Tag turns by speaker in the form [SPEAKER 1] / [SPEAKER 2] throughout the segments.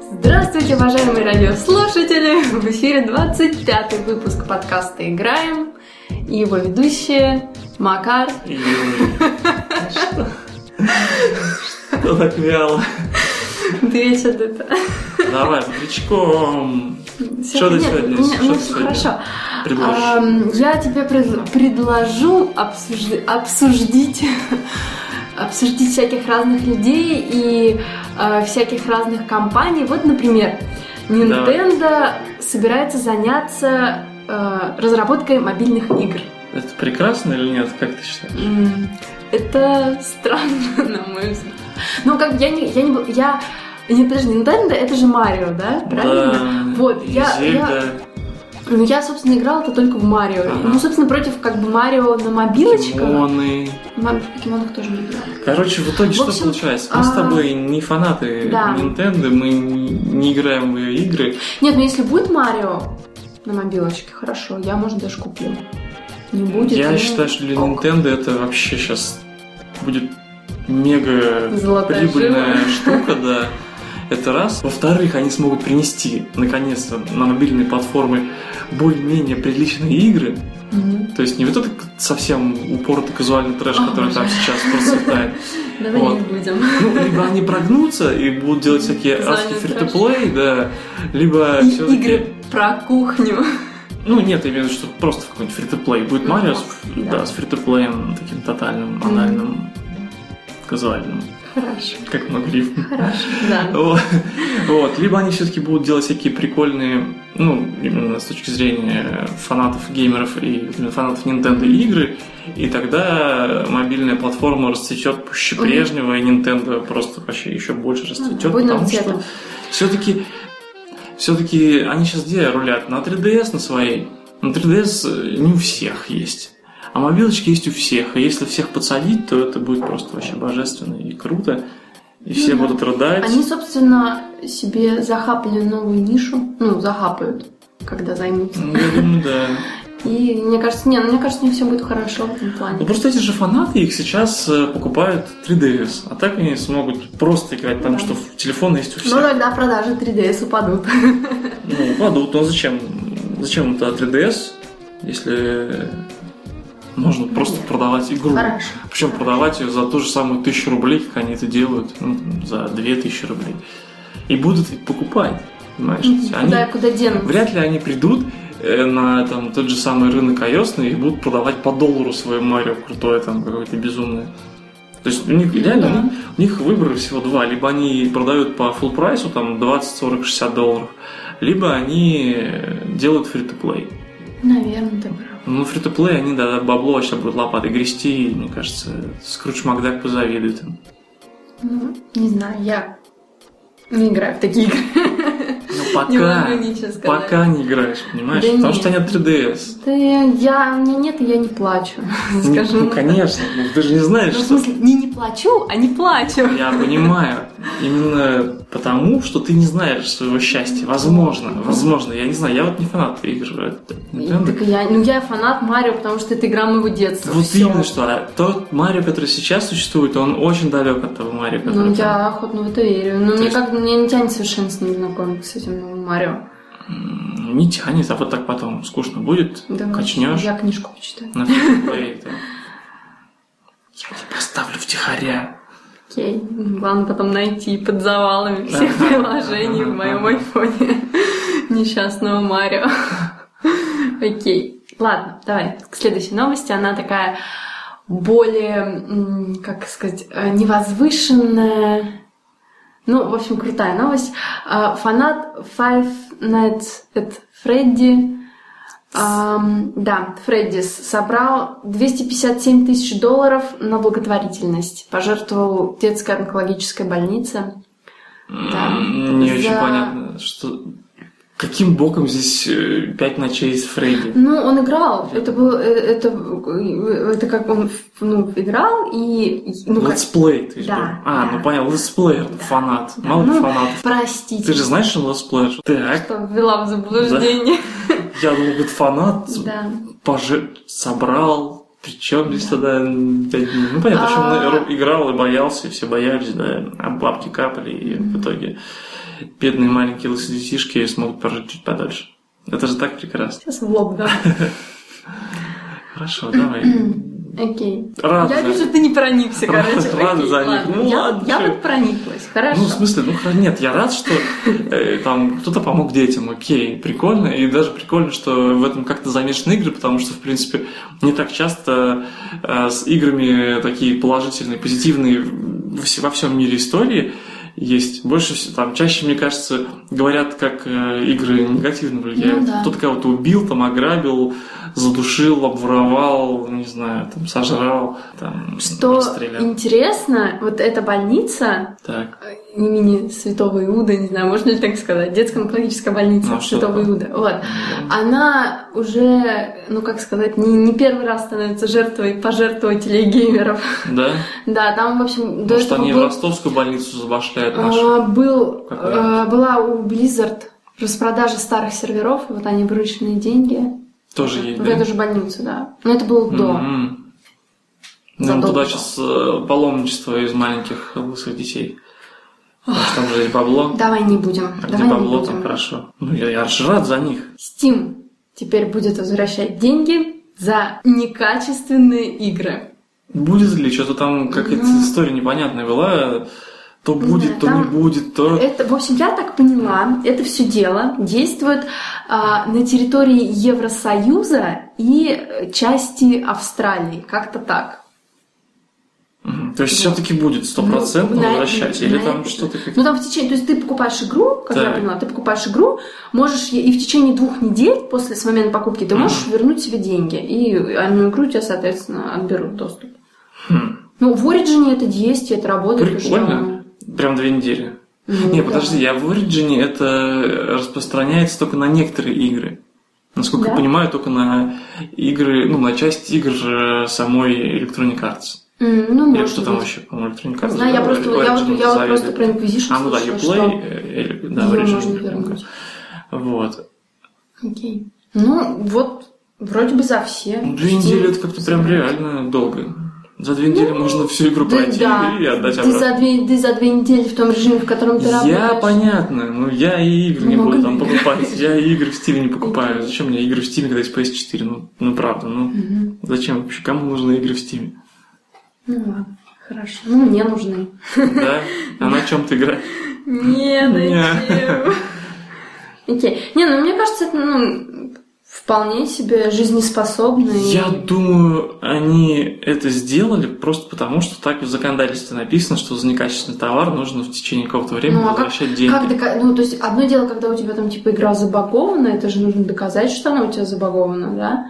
[SPEAKER 1] Здравствуйте, уважаемые радиослушатели! В эфире 25-й выпуск подкаста «Играем» и его ведущие Макар
[SPEAKER 2] Что так вяло?
[SPEAKER 1] Ты весь от этого.
[SPEAKER 2] Давай, крючком. Что ты
[SPEAKER 1] Нет,
[SPEAKER 2] сегодня?
[SPEAKER 1] у меня- у
[SPEAKER 2] Что
[SPEAKER 1] меня
[SPEAKER 2] ты
[SPEAKER 1] всё
[SPEAKER 2] сегодня
[SPEAKER 1] хорошо.
[SPEAKER 2] предложишь?
[SPEAKER 1] Ам, Я тебе пред- предложу обсужд- обсуждить обсудить всяких разных людей и э, всяких разных компаний. Вот, например, Nintendo собирается заняться э, разработкой мобильных игр.
[SPEAKER 2] Это прекрасно или нет, как ты считаешь?
[SPEAKER 1] М, Это странно, на мой взгляд. Ну, как бы я не... Я не, бу- я, не подожди, Nintendo это же Марио, да? Правильно?
[SPEAKER 2] Да.
[SPEAKER 1] Вот,
[SPEAKER 2] и
[SPEAKER 1] я-
[SPEAKER 2] Зельда.
[SPEAKER 1] Ну, я, собственно, играла это только в Марио.
[SPEAKER 2] Ага.
[SPEAKER 1] Ну, собственно, против как бы Марио на мобилочках.
[SPEAKER 2] Покемоны.
[SPEAKER 1] Ма- В покемонах тоже не играла.
[SPEAKER 2] Короче, в итоге
[SPEAKER 1] В
[SPEAKER 2] что
[SPEAKER 1] общем,
[SPEAKER 2] получается? Мы с
[SPEAKER 1] а,
[SPEAKER 2] тобой не фанаты
[SPEAKER 1] да.
[SPEAKER 2] Nintendo, мы не не играем в ее игры.
[SPEAKER 1] Нет, ну если будет Марио на мобилочке, хорошо, я, может, даже куплю. Не будет.
[SPEAKER 2] Я
[SPEAKER 1] ну,
[SPEAKER 2] считаю, что для
[SPEAKER 1] ок.
[SPEAKER 2] Nintendo это вообще сейчас будет мега
[SPEAKER 1] Золотая
[SPEAKER 2] прибыльная штука, да. Это раз. Во-вторых, они смогут принести, наконец-то, на мобильные платформы более-менее приличные игры.
[SPEAKER 1] Мгм.
[SPEAKER 2] То есть не вот этот совсем упоротый казуальный трэш,
[SPEAKER 1] О,
[SPEAKER 2] который там
[SPEAKER 1] боже.
[SPEAKER 2] сейчас процветает.
[SPEAKER 1] Давай
[SPEAKER 2] Вот.
[SPEAKER 1] не будем.
[SPEAKER 2] Ну, либо они прогнутся и будут делать всякие
[SPEAKER 1] Казуальный
[SPEAKER 2] адские
[SPEAKER 1] трэш.
[SPEAKER 2] фри да, либо
[SPEAKER 1] И
[SPEAKER 2] все-таки...
[SPEAKER 1] игры про кухню.
[SPEAKER 2] Ну, нет, я имею в виду, что просто в какой-нибудь фри-то-плей. Будет
[SPEAKER 1] Ну,
[SPEAKER 2] Марио с,
[SPEAKER 1] да.
[SPEAKER 2] да, с фри-то-плеем таким тотальным,
[SPEAKER 1] Мгм.
[SPEAKER 2] анальным, казуальным.
[SPEAKER 1] Хорошо,
[SPEAKER 2] Как много рифм.
[SPEAKER 1] хорошо, да.
[SPEAKER 2] Вот. Вот. Либо они все-таки будут делать всякие прикольные, ну, именно с точки зрения фанатов геймеров и именно фанатов Nintendo игры, и тогда мобильная платформа расцветет пуще
[SPEAKER 1] Мгм.
[SPEAKER 2] прежнего, и Nintendo просто вообще еще больше расцветет,
[SPEAKER 1] будет нам
[SPEAKER 2] потому что
[SPEAKER 1] Ну, цветом.
[SPEAKER 2] все-таки все-таки они сейчас где рулят? На 3DS на своей. На 3DS не у всех есть. А мобилочки есть у всех. И если всех подсадить, то это будет просто вообще божественно и круто. И все
[SPEAKER 1] Ну да.
[SPEAKER 2] будут рыдать.
[SPEAKER 1] Они, собственно, себе захапали новую нишу. Ну, захапают, когда займутся.
[SPEAKER 2] Ну, Я думаю, да.
[SPEAKER 1] И мне кажется, не, ну, мне кажется, не все будет хорошо в этом
[SPEAKER 2] Ну
[SPEAKER 1] плане.
[SPEAKER 2] просто эти же фанаты их сейчас э, покупают 3DS, а так они смогут просто играть, потому
[SPEAKER 1] Да.
[SPEAKER 2] что в- телефон есть у
[SPEAKER 1] Ну,
[SPEAKER 2] всех.
[SPEAKER 1] тогда продажи 3DS упадут.
[SPEAKER 2] Ну, падут, но зачем? Зачем им тогда 3DS, если можно просто продавать игру?
[SPEAKER 1] Хорошо.
[SPEAKER 2] Причем продавать ее за ту же самую тысячу рублей, как они это делают, ну, за две тысячи рублей. И будут их покупать, понимаешь? То есть они-
[SPEAKER 1] Куда, куда денут?
[SPEAKER 2] Вряд ли они придут э, на там, тот же самый рынок iOS и будут продавать по доллару свое Марио крутое, там какое-то безумное. То есть у них
[SPEAKER 1] Да.
[SPEAKER 2] реально у них- у них выбора всего два. Либо они продают по full прайсу, там 20, 40, 60 долларов, либо они э, делают фри to play.
[SPEAKER 1] Наверное, ты прав.
[SPEAKER 2] Ну, фри to play они да, бабло вообще будут лопатой грести, и, мне кажется, Скрудж Макдак позавидует им.
[SPEAKER 1] Ну, не знаю, я не играю в такие игры.
[SPEAKER 2] Ну,
[SPEAKER 1] Не
[SPEAKER 2] пока,
[SPEAKER 1] могу ничего сказать.
[SPEAKER 2] пока не играешь, понимаешь?
[SPEAKER 1] Да
[SPEAKER 2] Потому
[SPEAKER 1] нет.
[SPEAKER 2] что они от 3DS.
[SPEAKER 1] Да я, я- у меня нет, и я не плачу. Скажу.
[SPEAKER 2] ну, конечно, ну, ты же не
[SPEAKER 1] Ну,
[SPEAKER 2] знаешь,
[SPEAKER 1] в
[SPEAKER 2] что...
[SPEAKER 1] смысле, не не плачу, а не плачу.
[SPEAKER 2] Я понимаю. Именно потому, что ты не знаешь своего счастья. Возможно, возможно. Я не знаю, я вот не фанат игр от
[SPEAKER 1] И
[SPEAKER 2] Nintendo.
[SPEAKER 1] так я, ну, я фанат Марио, потому что это игра моего детства.
[SPEAKER 2] Вот
[SPEAKER 1] Всё.
[SPEAKER 2] именно что, а тот Марио, который сейчас существует, он очень далек от того Марио, который...
[SPEAKER 1] Ну,
[SPEAKER 2] там.
[SPEAKER 1] я охотно в это верю. Но
[SPEAKER 2] То
[SPEAKER 1] мне
[SPEAKER 2] есть-
[SPEAKER 1] как мне не тянет совершенно с ним знакомиться, с этим новым Марио.
[SPEAKER 2] М, Не тянет, а вот так потом скучно будет,
[SPEAKER 1] Да, ну,
[SPEAKER 2] качнешь
[SPEAKER 1] Я книжку почитаю.
[SPEAKER 2] на фри-то-плей, да. Я тебя поставлю втихаря.
[SPEAKER 1] Окей. Главное потом найти под завалами всех
[SPEAKER 2] Ага,
[SPEAKER 1] приложений в моем
[SPEAKER 2] ага.
[SPEAKER 1] айфоне несчастного Марио. Окей. Ладно, давай к следующей новости. Она такая более, м, как сказать, э, невозвышенная. Ну, в общем, крутая новость. А, Фанат Five Nights at Freddy. ам, да, Фреддис собрал 257 тысяч долларов на благотворительность. Пожертвовал детской онкологической больнице. Да.
[SPEAKER 2] М, Не очень
[SPEAKER 1] За-
[SPEAKER 2] понятно, что... Каким боком здесь э, пять ночей с Фредди?
[SPEAKER 1] Ну, он играл. Это был, э, это, э, это как он ну, играл и ну как
[SPEAKER 2] летсплей, ты же
[SPEAKER 1] Да,
[SPEAKER 2] говоришь. А,
[SPEAKER 1] да.
[SPEAKER 2] ну понял, летсплеер,
[SPEAKER 1] Да.
[SPEAKER 2] фанат. Мало ли
[SPEAKER 1] Ну,
[SPEAKER 2] фанатов.
[SPEAKER 1] простите,
[SPEAKER 2] Ты же знаешь, что он летсплеер? а, Так,
[SPEAKER 1] что ввела в заблуждение.
[SPEAKER 2] я думал, говорит, фанат
[SPEAKER 1] Да.
[SPEAKER 2] поже... собрал Причем здесь тогда пять дней? Ну понятно, что он
[SPEAKER 1] А.
[SPEAKER 2] наверно, играл и боялся, и все боялись, да, а бабки капали, и в итоге бедные маленькие лысодетишки смогут прожить чуть подольше. Это же так прекрасно.
[SPEAKER 1] Сейчас в лоб, да.
[SPEAKER 2] Хорошо, давай.
[SPEAKER 1] Окей.
[SPEAKER 2] Рад
[SPEAKER 1] Я
[SPEAKER 2] за-
[SPEAKER 1] вижу, ты не проникся,
[SPEAKER 2] Рад-
[SPEAKER 1] короче.
[SPEAKER 2] рад
[SPEAKER 1] Окей,
[SPEAKER 2] за них.
[SPEAKER 1] ладно.
[SPEAKER 2] Ну,
[SPEAKER 1] Я-
[SPEAKER 2] ладно,
[SPEAKER 1] Я
[SPEAKER 2] чё.
[SPEAKER 1] вот прониклась. Хорошо.
[SPEAKER 2] Ну, в смысле, ну хра- нет, я рад, что э, там кто-то помог детям, окей, прикольно, и даже прикольно, что в этом как-то замешаны игры, потому что, в принципе, не так часто э, с играми такие положительные, позитивные в- во вс- во всем мире истории есть. Больше вс- там чаще, мне кажется, говорят, как э, игры негативно влияют.
[SPEAKER 1] Ну да.
[SPEAKER 2] Кто-то кого-то убил, там ограбил, задушил, обворовал, не знаю, там сожрал, там
[SPEAKER 1] Что
[SPEAKER 2] расстрелял.
[SPEAKER 1] интересно, вот эта больница
[SPEAKER 2] Так,
[SPEAKER 1] э, имени Святого Иуда, не знаю, можно ли так сказать, детская онкологическая больница
[SPEAKER 2] Ну, а что
[SPEAKER 1] Святого
[SPEAKER 2] такое?
[SPEAKER 1] Иуда. Вот.
[SPEAKER 2] ну,
[SPEAKER 1] Она уже, ну как сказать, не, не первый раз становится жертвой пожертвователей геймеров.
[SPEAKER 2] да.
[SPEAKER 1] Да, там, в общем, до
[SPEAKER 2] Может,
[SPEAKER 1] этого
[SPEAKER 2] они в
[SPEAKER 1] был,
[SPEAKER 2] ростовскую больницу забашляют нашу?
[SPEAKER 1] а, был,
[SPEAKER 2] Какой?
[SPEAKER 1] а, была у Blizzard распродажа старых серверов, и вот они вырученные деньги
[SPEAKER 2] Тоже есть,
[SPEAKER 1] в
[SPEAKER 2] да?
[SPEAKER 1] эту же больницу, да. Но это было до.
[SPEAKER 2] М-м. Ну,
[SPEAKER 1] Задолго.
[SPEAKER 2] туда сейчас э, паломничество из маленьких лысых детей. Потому что Там же есть бабло.
[SPEAKER 1] Давай не будем.
[SPEAKER 2] А где
[SPEAKER 1] давай не
[SPEAKER 2] бабло, там
[SPEAKER 1] будем.
[SPEAKER 2] хорошо. Ну, я, я аж рад за них.
[SPEAKER 1] Steam теперь будет возвращать деньги за некачественные игры.
[SPEAKER 2] Будет ли? Что-то там какая-то
[SPEAKER 1] Ну.
[SPEAKER 2] история непонятная была. То
[SPEAKER 1] Не
[SPEAKER 2] будет,
[SPEAKER 1] знаю,
[SPEAKER 2] то не
[SPEAKER 1] там- Э,
[SPEAKER 2] будет, то...
[SPEAKER 1] Это, в общем, я так поняла, это все дело действует а, на территории Евросоюза и э, части Австралии, как-то так.
[SPEAKER 2] Мгм. То есть все-таки будет стопроцентно
[SPEAKER 1] Ну, на-
[SPEAKER 2] возвращать. Или
[SPEAKER 1] на-
[SPEAKER 2] там что-то как
[SPEAKER 1] Ну там в течение, то есть ты покупаешь игру, как я
[SPEAKER 2] Так.
[SPEAKER 1] поняла, ты покупаешь игру, можешь е- и в течение двух недель после с момента покупки ты можешь вернуть себе деньги, и одну игру у тебя, соответственно, отберут доступ.
[SPEAKER 2] Хм.
[SPEAKER 1] Ну в Origin это есть, и это работает. потому что,
[SPEAKER 2] Прикольно. Прям две недели.
[SPEAKER 1] ну,
[SPEAKER 2] Не,
[SPEAKER 1] да.
[SPEAKER 2] подожди, а в Origin это распространяется только на некоторые игры. Насколько я
[SPEAKER 1] Да?
[SPEAKER 2] понимаю, только на игры, ну, на часть игр э, самой Electronic Arts.
[SPEAKER 1] М, Ну,
[SPEAKER 2] Или
[SPEAKER 1] может
[SPEAKER 2] что там
[SPEAKER 1] быть.
[SPEAKER 2] вообще, по-моему, Electronic Arts?
[SPEAKER 1] Не знаю, я
[SPEAKER 2] да,
[SPEAKER 1] просто,
[SPEAKER 2] Origin
[SPEAKER 1] я вот, я вот
[SPEAKER 2] завели.
[SPEAKER 1] просто про Inquisition
[SPEAKER 2] А, ну да,
[SPEAKER 1] слышала,
[SPEAKER 2] Uplay, э, или- да,
[SPEAKER 1] Её
[SPEAKER 2] Origin,
[SPEAKER 1] можно
[SPEAKER 2] Electronic
[SPEAKER 1] вернуть.
[SPEAKER 2] Arts. Вот.
[SPEAKER 1] что- Окей. Ну, вот, вроде бы за все.
[SPEAKER 2] Ну, Две
[SPEAKER 1] Steam
[SPEAKER 2] недели это как-то прям
[SPEAKER 1] собирает.
[SPEAKER 2] реально долго. За две недели можно всю игру
[SPEAKER 1] Ну, Да,
[SPEAKER 2] пройти
[SPEAKER 1] да.
[SPEAKER 2] и отдать
[SPEAKER 1] ты
[SPEAKER 2] обратно.
[SPEAKER 1] за, две, ты за две недели в том режиме, в котором ты
[SPEAKER 2] Я
[SPEAKER 1] работаешь.
[SPEAKER 2] понятно, ну я и игры не
[SPEAKER 1] Много
[SPEAKER 2] буду там
[SPEAKER 1] игр.
[SPEAKER 2] покупать. Я и игры в Steam не покупаю. Зачем мне игры в Steam, когда есть PS4? Ну, ну правда, ну
[SPEAKER 1] Мгм.
[SPEAKER 2] зачем вообще? Кому нужны игры в Steam?
[SPEAKER 1] Ну ладно, хорошо. Ну, мне нужны.
[SPEAKER 2] Да? А на чем ты играешь?
[SPEAKER 1] Не,
[SPEAKER 2] зачем?
[SPEAKER 1] Окей. Не, ну мне кажется, это ну, вполне себе жизнеспособный.
[SPEAKER 2] Я думаю, они это сделали просто потому, что так в законодательстве написано, что за некачественный товар нужно в течение какого-то времени
[SPEAKER 1] Ну, а
[SPEAKER 2] возвращать деньги.
[SPEAKER 1] Как дока- Ну, то есть, одно дело, когда у тебя там, типа, игра забагована, это же нужно доказать, что она у тебя забагована, да?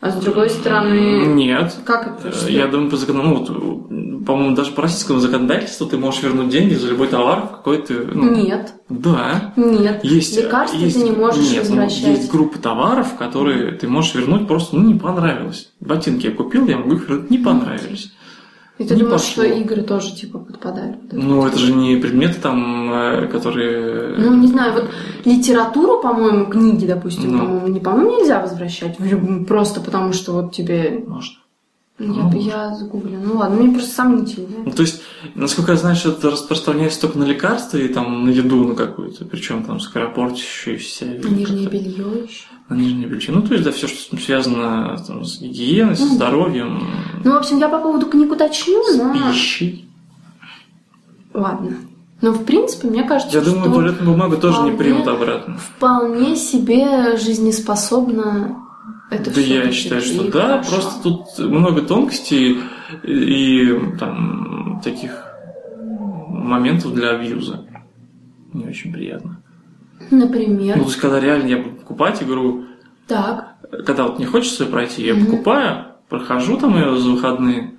[SPEAKER 1] А с другой стороны...
[SPEAKER 2] Нет.
[SPEAKER 1] Как это?
[SPEAKER 2] Э,
[SPEAKER 1] Что?
[SPEAKER 2] Я думаю, по закону, ну, вот, по-моему, даже по российскому законодательству ты можешь вернуть деньги за любой товар в какой-то... ну,
[SPEAKER 1] Нет,
[SPEAKER 2] Да.
[SPEAKER 1] нет.
[SPEAKER 2] Есть, э,
[SPEAKER 1] Лекарства
[SPEAKER 2] есть-
[SPEAKER 1] ты не можешь
[SPEAKER 2] нет, ну,
[SPEAKER 1] возвращать.
[SPEAKER 2] есть группы товаров, которые ты можешь вернуть просто, ну, не понравилось. Ботинки я купил, я могу их вернуть, не
[SPEAKER 1] Ну,
[SPEAKER 2] понравились.
[SPEAKER 1] И ты
[SPEAKER 2] не
[SPEAKER 1] думаешь,
[SPEAKER 2] пошло.
[SPEAKER 1] что игры тоже, типа, подпадают? под
[SPEAKER 2] Ну, это же не предметы там, э, которые...
[SPEAKER 1] Ну, не знаю, вот литературу, по-моему, книги, допустим,
[SPEAKER 2] Ну.
[SPEAKER 1] по-моему, не, по-моему, нельзя возвращать. в любом- Просто потому, что вот тебе...
[SPEAKER 2] Можно.
[SPEAKER 1] Я,
[SPEAKER 2] Ну.
[SPEAKER 1] я загуглю. Ну ладно, мне просто сомнительно.
[SPEAKER 2] Ну, то есть, насколько я знаю, что это распространяется только на лекарства и там на еду на какую-то, причем там скоропортящуюся. или
[SPEAKER 1] Нижнее
[SPEAKER 2] Ну, как-то-
[SPEAKER 1] белье еще.
[SPEAKER 2] на нижнее белье. Ну, то есть, да, все, что связано там, с гигиеной, со
[SPEAKER 1] Ну, да.
[SPEAKER 2] здоровьем,
[SPEAKER 1] Ну, в общем, я по поводу книг уточню, но...
[SPEAKER 2] с пищей.
[SPEAKER 1] Ладно. Но, в принципе, мне кажется,
[SPEAKER 2] Я
[SPEAKER 1] Ну,
[SPEAKER 2] думаю,
[SPEAKER 1] что
[SPEAKER 2] туалетную бумагу тоже не
[SPEAKER 1] вполне-
[SPEAKER 2] примут обратно.
[SPEAKER 1] вполне себе жизнеспособно это
[SPEAKER 2] Да
[SPEAKER 1] все.
[SPEAKER 2] я считаю, что да, просто тут много тонкостей и там таких моментов для абьюза. Не очень приятно.
[SPEAKER 1] Например,
[SPEAKER 2] Ну, то есть, когда реально я буду покупать игру,
[SPEAKER 1] так.
[SPEAKER 2] когда вот не хочется ее пройти, я
[SPEAKER 1] Мгм.
[SPEAKER 2] покупаю, прохожу там ее за выходные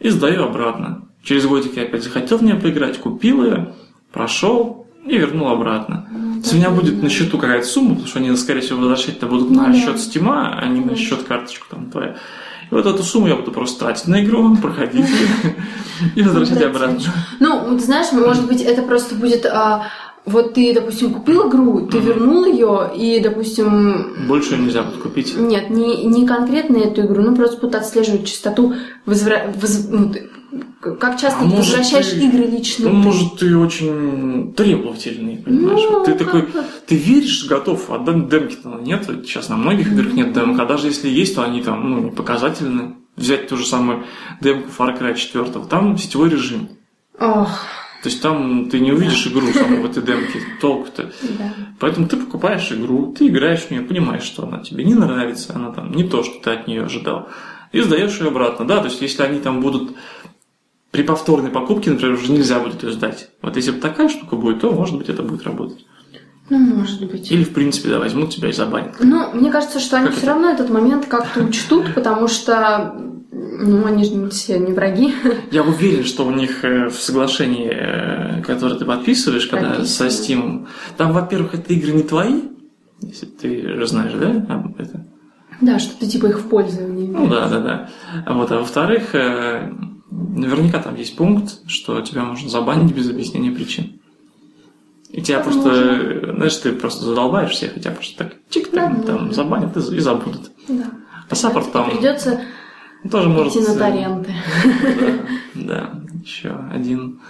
[SPEAKER 2] и сдаю обратно. Через годик я опять захотел в нее поиграть, купил ее, прошел и вернул обратно.
[SPEAKER 1] Ну,
[SPEAKER 2] То есть у меня
[SPEAKER 1] так,
[SPEAKER 2] будет
[SPEAKER 1] да.
[SPEAKER 2] на счету какая-то сумма, потому что они, скорее всего, возвращать-то будут
[SPEAKER 1] Ну
[SPEAKER 2] на
[SPEAKER 1] да.
[SPEAKER 2] счет стима, а не на
[SPEAKER 1] Конечно.
[SPEAKER 2] счет карточку там твоя. И вот эту сумму я буду просто тратить на игру, проходить ее и возвращать
[SPEAKER 1] Да,
[SPEAKER 2] обратно.
[SPEAKER 1] Ну, вот знаешь, может быть, это просто будет а, Вот ты, допустим, купил игру, ты
[SPEAKER 2] Мгм.
[SPEAKER 1] вернул ее, и, допустим,
[SPEAKER 2] Больше нельзя подкупить.
[SPEAKER 1] нет, не, не конкретно эту игру, ну просто будут отслеживать частоту, возра- воз- ну, ты- как часто
[SPEAKER 2] А
[SPEAKER 1] ты
[SPEAKER 2] может,
[SPEAKER 1] возвращаешь
[SPEAKER 2] ты-
[SPEAKER 1] игры лично.
[SPEAKER 2] Ну, может, ты очень требовательный, понимаешь?
[SPEAKER 1] Ну,
[SPEAKER 2] Вот ты
[SPEAKER 1] как
[SPEAKER 2] такой,
[SPEAKER 1] бы.
[SPEAKER 2] ты веришь, готов, а дем- демки-то нет. Сейчас на многих играх
[SPEAKER 1] Ну.
[SPEAKER 2] нет демок, а даже если есть, то они там, ну, не показательны. Взять ту же самую демку Far Cry 4, там сетевой режим.
[SPEAKER 1] Ох,
[SPEAKER 2] То есть там ты не увидишь игру саму в этой демке, толку-то.
[SPEAKER 1] да.
[SPEAKER 2] Поэтому ты покупаешь игру, ты играешь в нее, понимаешь, что она тебе не нравится, она там не то, что ты от нее ожидал, и сдаешь ее обратно. Да, то есть если они там будут при повторной покупке, например, уже нельзя будет ее сдать. Вот если бы такая штука будет, то, может быть, это будет работать.
[SPEAKER 1] Ну, может быть.
[SPEAKER 2] Или, в принципе, да, возьмут тебя и забанят.
[SPEAKER 1] Ну, мне кажется, что они
[SPEAKER 2] Как
[SPEAKER 1] все
[SPEAKER 2] это?
[SPEAKER 1] равно этот момент как-то учтут, потому что, ну, они же все не враги.
[SPEAKER 2] Я уверен, что у них э, в соглашении, э, которое ты подписываешь, когда со Steam, там, во-первых, это игры не твои, если ты же знаешь, да, об это?
[SPEAKER 1] Да, что-то типа их в пользовании.
[SPEAKER 2] Ну да, да, да. А Вот, а во-вторых, э, наверняка там есть пункт, что тебя можно забанить без объяснения причин. И тебя просто, э, знаешь, ты просто задолбаешь всех, и тебя просто так чик так, там
[SPEAKER 1] Возможно.
[SPEAKER 2] забанят и, за- и забудут.
[SPEAKER 1] Да.
[SPEAKER 2] А саппорт там
[SPEAKER 1] Придется
[SPEAKER 2] тоже может...
[SPEAKER 1] идти на
[SPEAKER 2] э,
[SPEAKER 1] торренты.
[SPEAKER 2] Да, да. еще один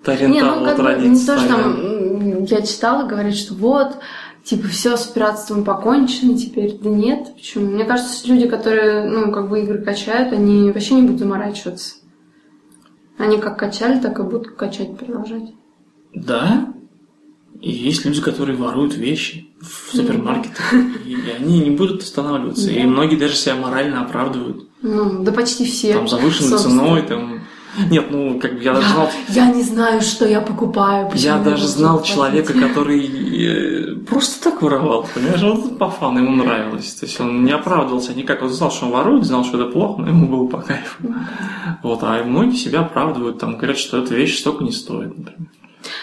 [SPEAKER 1] Не,
[SPEAKER 2] торрентал
[SPEAKER 1] ну
[SPEAKER 2] вот
[SPEAKER 1] как бы не
[SPEAKER 2] родится,
[SPEAKER 1] то, что
[SPEAKER 2] да.
[SPEAKER 1] там м, я читала, говорит, что вот, типа, все с пиратством покончено теперь. Да нет, почему? Мне кажется, что люди, которые, ну, как бы игры качают, они вообще не будут заморачиваться. Они как качали, так и будут качать, продолжать.
[SPEAKER 2] Да. И есть люди, которые воруют вещи в супермаркетах, и и они не будут останавливаться. И
[SPEAKER 1] Да.
[SPEAKER 2] многие даже себя морально оправдывают.
[SPEAKER 1] Ну, да почти все.
[SPEAKER 2] Там завышенной
[SPEAKER 1] собственно.
[SPEAKER 2] ценой, там... Нет, ну, как бы я даже знал...
[SPEAKER 1] Я не знаю, что я покупаю. почему
[SPEAKER 2] Я даже
[SPEAKER 1] буду
[SPEAKER 2] знал
[SPEAKER 1] платить.
[SPEAKER 2] человека, который э, просто так воровал, понимаешь, он по фану, ему нравилось. То есть он не оправдывался никак, он знал, что он ворует, знал, что это плохо, но ему было по кайфу. Вот, а многие себя оправдывают, там говорят, что эта вещь столько не стоит, например.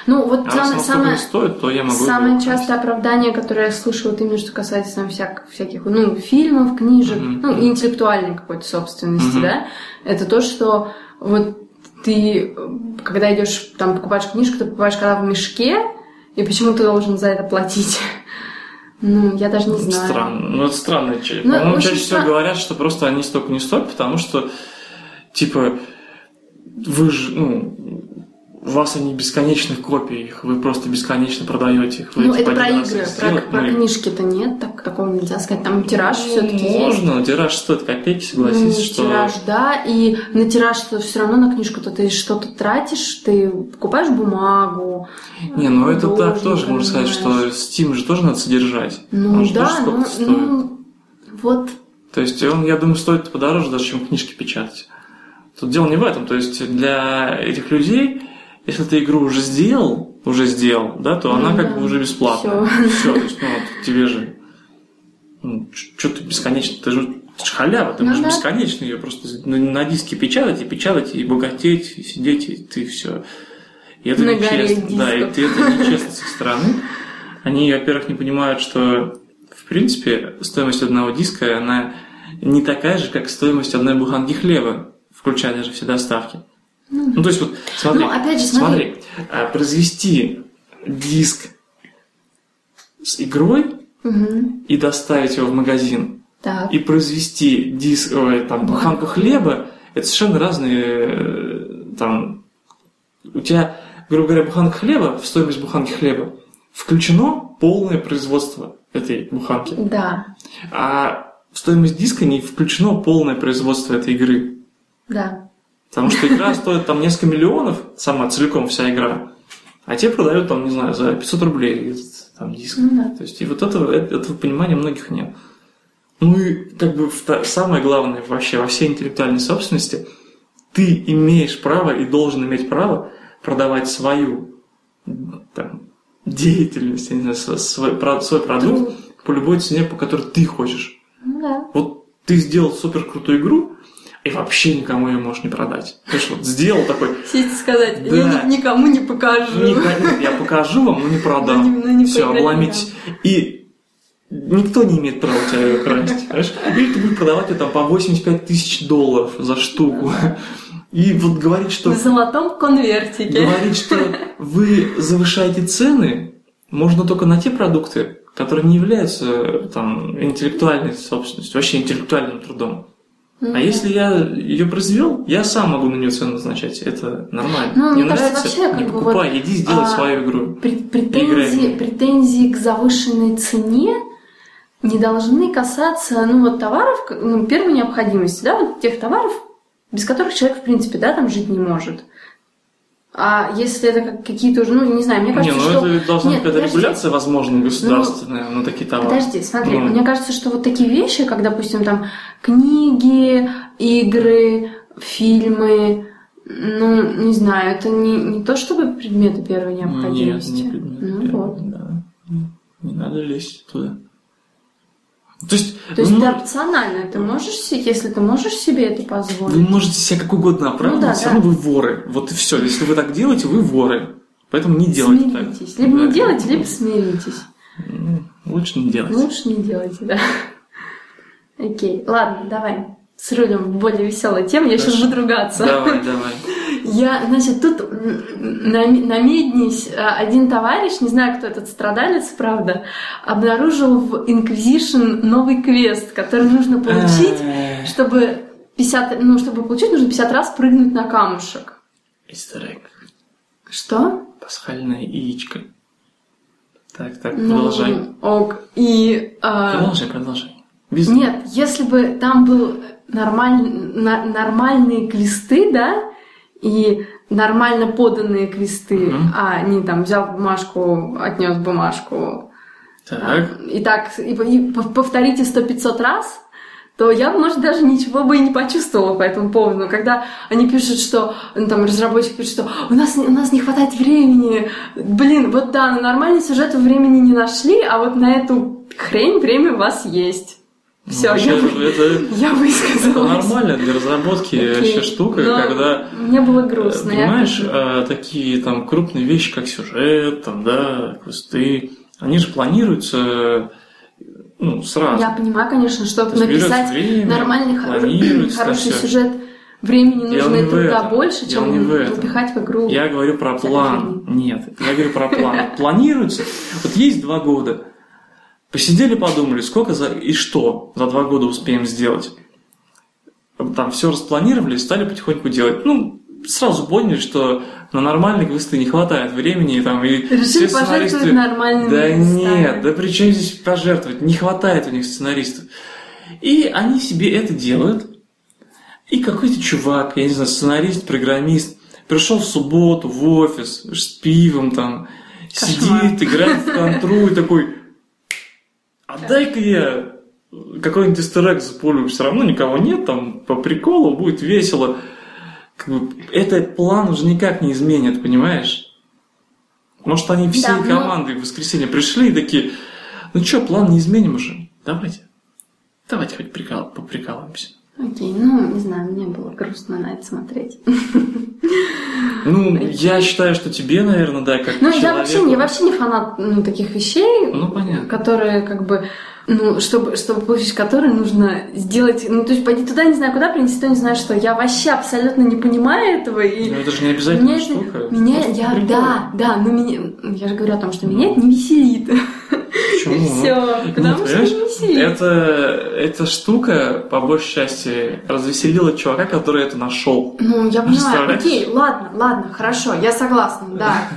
[SPEAKER 1] Ну,
[SPEAKER 2] А
[SPEAKER 1] вот
[SPEAKER 2] раз
[SPEAKER 1] самое,
[SPEAKER 2] она столько не
[SPEAKER 1] самое,
[SPEAKER 2] стоит, то я могу... её
[SPEAKER 1] самое
[SPEAKER 2] украсть.
[SPEAKER 1] частое оправдание, которое я слышу, вот именно что касается там всяк- всяких, ну, фильмов, книжек,
[SPEAKER 2] Мгм.
[SPEAKER 1] ну, и интеллектуальной какой-то собственности,
[SPEAKER 2] Мгм.
[SPEAKER 1] да, это то, что вот ты, э, когда идешь, там, покупаешь книжку, ты покупаешь когда в мешке, и почему ты должен за это платить? Ну, я даже не знаю.
[SPEAKER 2] Странно. Ну, это странно. че-
[SPEAKER 1] Ну,
[SPEAKER 2] По-моему,
[SPEAKER 1] очень
[SPEAKER 2] чаще всего
[SPEAKER 1] стра-
[SPEAKER 2] говорят, что просто они столько не стоят, потому что, типа, вы же, ну, у вас они бесконечных копий, их вы просто бесконечно продаете их. Вы
[SPEAKER 1] Ну,
[SPEAKER 2] типа,
[SPEAKER 1] это про
[SPEAKER 2] один раз
[SPEAKER 1] игры,
[SPEAKER 2] их
[SPEAKER 1] про,
[SPEAKER 2] сделали,
[SPEAKER 1] про
[SPEAKER 2] ну, и-
[SPEAKER 1] книжки-то нет, так такого нельзя сказать. Там тираж
[SPEAKER 2] Ну,
[SPEAKER 1] все-таки есть.
[SPEAKER 2] Можно, тираж стоит копейки,
[SPEAKER 1] Ну,
[SPEAKER 2] согласись, что...
[SPEAKER 1] Тираж, да, и на тираж все равно на книжку-то ты что-то тратишь, ты покупаешь бумагу. э,
[SPEAKER 2] Не, ну это так
[SPEAKER 1] художника,
[SPEAKER 2] тоже, можно сказать, что
[SPEAKER 1] понимаешь.
[SPEAKER 2] Steam же тоже надо содержать.
[SPEAKER 1] Ну
[SPEAKER 2] Он же тоже
[SPEAKER 1] да,
[SPEAKER 2] сколько
[SPEAKER 1] ну,
[SPEAKER 2] стоит.
[SPEAKER 1] ну, вот,
[SPEAKER 2] То есть он, я думаю, стоит подороже даже, чем книжки печатать. Тут дело не в этом. То есть для этих людей, если ты игру уже сделал, уже сделал, да, то
[SPEAKER 1] Ну
[SPEAKER 2] она
[SPEAKER 1] да.
[SPEAKER 2] как бы уже бесплатная. Все, то есть, ну, вот тебе же... Что ты бесконечно? Ты же это же халява, ты
[SPEAKER 1] Ну
[SPEAKER 2] можешь
[SPEAKER 1] да.
[SPEAKER 2] бесконечно ее просто на, на диске печатать и печатать, и богатеть, и сидеть, и ты все. И это
[SPEAKER 1] На горе
[SPEAKER 2] нечестно. Да, и
[SPEAKER 1] дисков.
[SPEAKER 2] ты, это нечестно со стороны. Они, во-первых, не понимают, что в принципе стоимость одного диска, она не такая же, как стоимость одной буханки хлеба, включая даже все доставки. Ну, то есть вот, смотри,
[SPEAKER 1] Ну, опять же,
[SPEAKER 2] смотри, а, произвести диск с игрой
[SPEAKER 1] мгм,
[SPEAKER 2] и доставить его в магазин
[SPEAKER 1] так.
[SPEAKER 2] и произвести диск, ой, там, буханку хлеба, это совершенно разные, э, там, у тебя, грубо говоря, буханка хлеба, в стоимость буханки хлеба включено полное производство этой буханки,
[SPEAKER 1] Да,
[SPEAKER 2] а в стоимость диска не включено полное производство этой игры.
[SPEAKER 1] да.
[SPEAKER 2] Потому что игра стоит там несколько миллионов, сама целиком вся игра, а те продают там, не знаю, за 500 рублей этот, там, диск.
[SPEAKER 1] Ну да.
[SPEAKER 2] То есть и вот этого, э- этого понимания многих нет. Ну и как бы вто- самое главное вообще во всей интеллектуальной собственности, ты имеешь право и должен иметь право продавать свою м, там, деятельность, я не знаю, сво- свой, про- свой продукт
[SPEAKER 1] Труд.
[SPEAKER 2] по любой цене, по которой ты хочешь.
[SPEAKER 1] Ну да.
[SPEAKER 2] Вот ты сделал супер крутую игру, и вообще никому ее можешь не продать. Ты ж вот сделал такой,
[SPEAKER 1] Сесть и сказать,
[SPEAKER 2] Да.
[SPEAKER 1] я ни- никому не покажу.
[SPEAKER 2] «Никогда я покажу вам, но не продам.
[SPEAKER 1] Ну, не- ну, не
[SPEAKER 2] Все,
[SPEAKER 1] поиграть,
[SPEAKER 2] обломить. И никто не имеет права у тебя ее красть. понимаешь? Или ты будешь продавать ее там по 85 тысяч долларов за штуку. И вот говорить, что
[SPEAKER 1] В золотом конвертике.
[SPEAKER 2] говорить, что вы завышаете цены, можно только на те продукты, которые не являются э, там интеллектуальной собственностью, вообще интеллектуальным трудом.
[SPEAKER 1] Ну,
[SPEAKER 2] А если я ее произвел, я сам могу на нее цену назначать. Это нормально.
[SPEAKER 1] Ну,
[SPEAKER 2] не
[SPEAKER 1] мне кажется,
[SPEAKER 2] нравится,
[SPEAKER 1] вообще,
[SPEAKER 2] не
[SPEAKER 1] как бы
[SPEAKER 2] покупай, иди сделай
[SPEAKER 1] а,
[SPEAKER 2] свою игру.
[SPEAKER 1] пред- претензии,
[SPEAKER 2] Играми.
[SPEAKER 1] претензии к завышенной цене не должны касаться, ну, вот товаров, к- ну, первой необходимости, да, вот тех товаров, без которых человек, в принципе, да, там жить не может. А если это как- какие-то уже, ну, не знаю, мне
[SPEAKER 2] Не,
[SPEAKER 1] кажется,
[SPEAKER 2] ну
[SPEAKER 1] что...
[SPEAKER 2] это ведь должна
[SPEAKER 1] Нет,
[SPEAKER 2] быть какая-то
[SPEAKER 1] подожди. Ну,
[SPEAKER 2] регуляция, возможно, государственная на такие товары.
[SPEAKER 1] Подожди, смотри,
[SPEAKER 2] Ну.
[SPEAKER 1] мне кажется, что вот такие вещи, как, допустим, там книги, игры, фильмы, ну, не знаю, это не, не то чтобы предметы первой
[SPEAKER 2] Ну, Нет,
[SPEAKER 1] необходимости.
[SPEAKER 2] не предмет.
[SPEAKER 1] Ну
[SPEAKER 2] первый,
[SPEAKER 1] вот.
[SPEAKER 2] да. Не надо лезть туда. То есть, ну,
[SPEAKER 1] То есть
[SPEAKER 2] вы,
[SPEAKER 1] это
[SPEAKER 2] мож-
[SPEAKER 1] опционально, ты можешь, се- если ты можешь себе это
[SPEAKER 2] вы
[SPEAKER 1] позволить.
[SPEAKER 2] можете себя как угодно
[SPEAKER 1] Ну
[SPEAKER 2] оправдывать,
[SPEAKER 1] да,
[SPEAKER 2] все
[SPEAKER 1] да.
[SPEAKER 2] равно вы воры. Вот и все. Если вы так делаете, вы воры. Поэтому Ну, не делайте
[SPEAKER 1] смиритесь.
[SPEAKER 2] так.
[SPEAKER 1] Либо не
[SPEAKER 2] Да.
[SPEAKER 1] делайте, либо смиритесь.
[SPEAKER 2] Ну, Лучше не делать.
[SPEAKER 1] Лучше не делайте, да. Окей, ладно, давай. С рулем в более веселой темы, я сейчас
[SPEAKER 2] Хорошо.
[SPEAKER 1] буду ругаться.
[SPEAKER 2] Давай, давай.
[SPEAKER 1] Я, значит, тут м, на, на Меднись, э, один товарищ, не знаю, кто этот страдалец, правда, обнаружил в Inquisition новый квест, который нужно получить,
[SPEAKER 2] Э,
[SPEAKER 1] чтобы 50, ну, чтобы получить, нужно 50 раз прыгнуть на камушек.
[SPEAKER 2] Easter egg.
[SPEAKER 1] Что?
[SPEAKER 2] Пасхальное яичко. Так, так,
[SPEAKER 1] Ну,
[SPEAKER 2] продолжай.
[SPEAKER 1] ок. И... э,
[SPEAKER 2] Продолжай, продолжай. Без-
[SPEAKER 1] Нет, если бы там был нормаль- на- нормальные квесты, да, и нормально поданные квесты,
[SPEAKER 2] Мгм.
[SPEAKER 1] а не там взял бумажку, отнес бумажку,
[SPEAKER 2] Так.
[SPEAKER 1] а, и так, и, по- и пов- повторите сто 500 раз, то я, может, даже ничего бы и не почувствовала по этому поводу. Но когда они пишут, что, ну, там, разработчик пишет, что у нас, не- у нас не хватает времени, блин, вот да, на нормальный сюжет вы времени не нашли, а вот на эту хрень время у вас есть. Все,
[SPEAKER 2] Ну, Вообще,
[SPEAKER 1] я, вы-
[SPEAKER 2] это,
[SPEAKER 1] я
[SPEAKER 2] это
[SPEAKER 1] высказалась.
[SPEAKER 2] нормально для разработки
[SPEAKER 1] Окей.
[SPEAKER 2] вообще штука,
[SPEAKER 1] Но
[SPEAKER 2] когда
[SPEAKER 1] Мне было
[SPEAKER 2] э,
[SPEAKER 1] грустно. я
[SPEAKER 2] понимаешь,
[SPEAKER 1] как-то-
[SPEAKER 2] э, такие там крупные вещи, как сюжет, там, да, квесты, они же планируются э, ну, сразу.
[SPEAKER 1] Я понимаю, конечно,
[SPEAKER 2] То
[SPEAKER 1] чтобы
[SPEAKER 2] есть берётся
[SPEAKER 1] написать
[SPEAKER 2] время,
[SPEAKER 1] нормальный, хор-
[SPEAKER 2] планируется там
[SPEAKER 1] хороший
[SPEAKER 2] всё.
[SPEAKER 1] сюжет, времени
[SPEAKER 2] Дело
[SPEAKER 1] нужно и
[SPEAKER 2] не в
[SPEAKER 1] труда
[SPEAKER 2] этом.
[SPEAKER 1] больше,
[SPEAKER 2] Дело
[SPEAKER 1] чем
[SPEAKER 2] не в этом.
[SPEAKER 1] напихать в игру.
[SPEAKER 2] Я говорю про
[SPEAKER 1] Всякой
[SPEAKER 2] план. Нет, я говорю про план. Планируется. Вот есть два года. Посидели, подумали, сколько за и что за два года успеем сделать. Там все распланировали, стали потихоньку делать. Ну, сразу поняли, что на нормальные квесты не хватает времени. Там, и
[SPEAKER 1] Решили
[SPEAKER 2] все
[SPEAKER 1] пожертвовать
[SPEAKER 2] сценаристы...
[SPEAKER 1] нормальными
[SPEAKER 2] Да
[SPEAKER 1] местами.
[SPEAKER 2] нет, да при чем здесь пожертвовать? Не хватает у них сценаристов. И они себе это делают. И какой-то чувак, я не знаю, сценарист, программист, пришел в субботу в офис с пивом там,
[SPEAKER 1] Кошмар.
[SPEAKER 2] сидит, играет в контру и такой, а дай-ка я какой-нибудь истерек запулю, все равно никого нет, там по приколу будет весело. Как бы, этот план уже никак не изменит, понимаешь? Может, они все
[SPEAKER 1] Да, ну-
[SPEAKER 2] команды в воскресенье пришли и такие, ну что, план не изменим уже, давайте. Давайте хоть прикол, поприкалываемся.
[SPEAKER 1] Окей, ну, не знаю, мне было грустно на это смотреть.
[SPEAKER 2] Ну, я считаю, что тебе, наверное, да, как
[SPEAKER 1] Ну, я
[SPEAKER 2] человеку-
[SPEAKER 1] вообще, не- я вообще не фанат ну, таких вещей,
[SPEAKER 2] Ну, понятно.
[SPEAKER 1] которые как бы, ну, чтобы, чтобы получить которые, нужно сделать, ну, то есть пойти туда, не знаю куда, принести то, не знаю что. Я вообще абсолютно не понимаю этого и...
[SPEAKER 2] Ну, это же не
[SPEAKER 1] Меня
[SPEAKER 2] обязательная
[SPEAKER 1] это-
[SPEAKER 2] штука.
[SPEAKER 1] меня-
[SPEAKER 2] Просто
[SPEAKER 1] я,
[SPEAKER 2] прикол.
[SPEAKER 1] да, да, но меня, я же говорю о том, что меня это не веселит.
[SPEAKER 2] Почему? Ну,
[SPEAKER 1] Все,
[SPEAKER 2] нет,
[SPEAKER 1] потому что
[SPEAKER 2] понимаешь,
[SPEAKER 1] не веселит.
[SPEAKER 2] Это, эта штука, по большей части, развеселила чувака, который это нашел.
[SPEAKER 1] Ну, я понимаю,
[SPEAKER 2] Представляешь?
[SPEAKER 1] окей, ладно, ладно, хорошо, я согласна, да.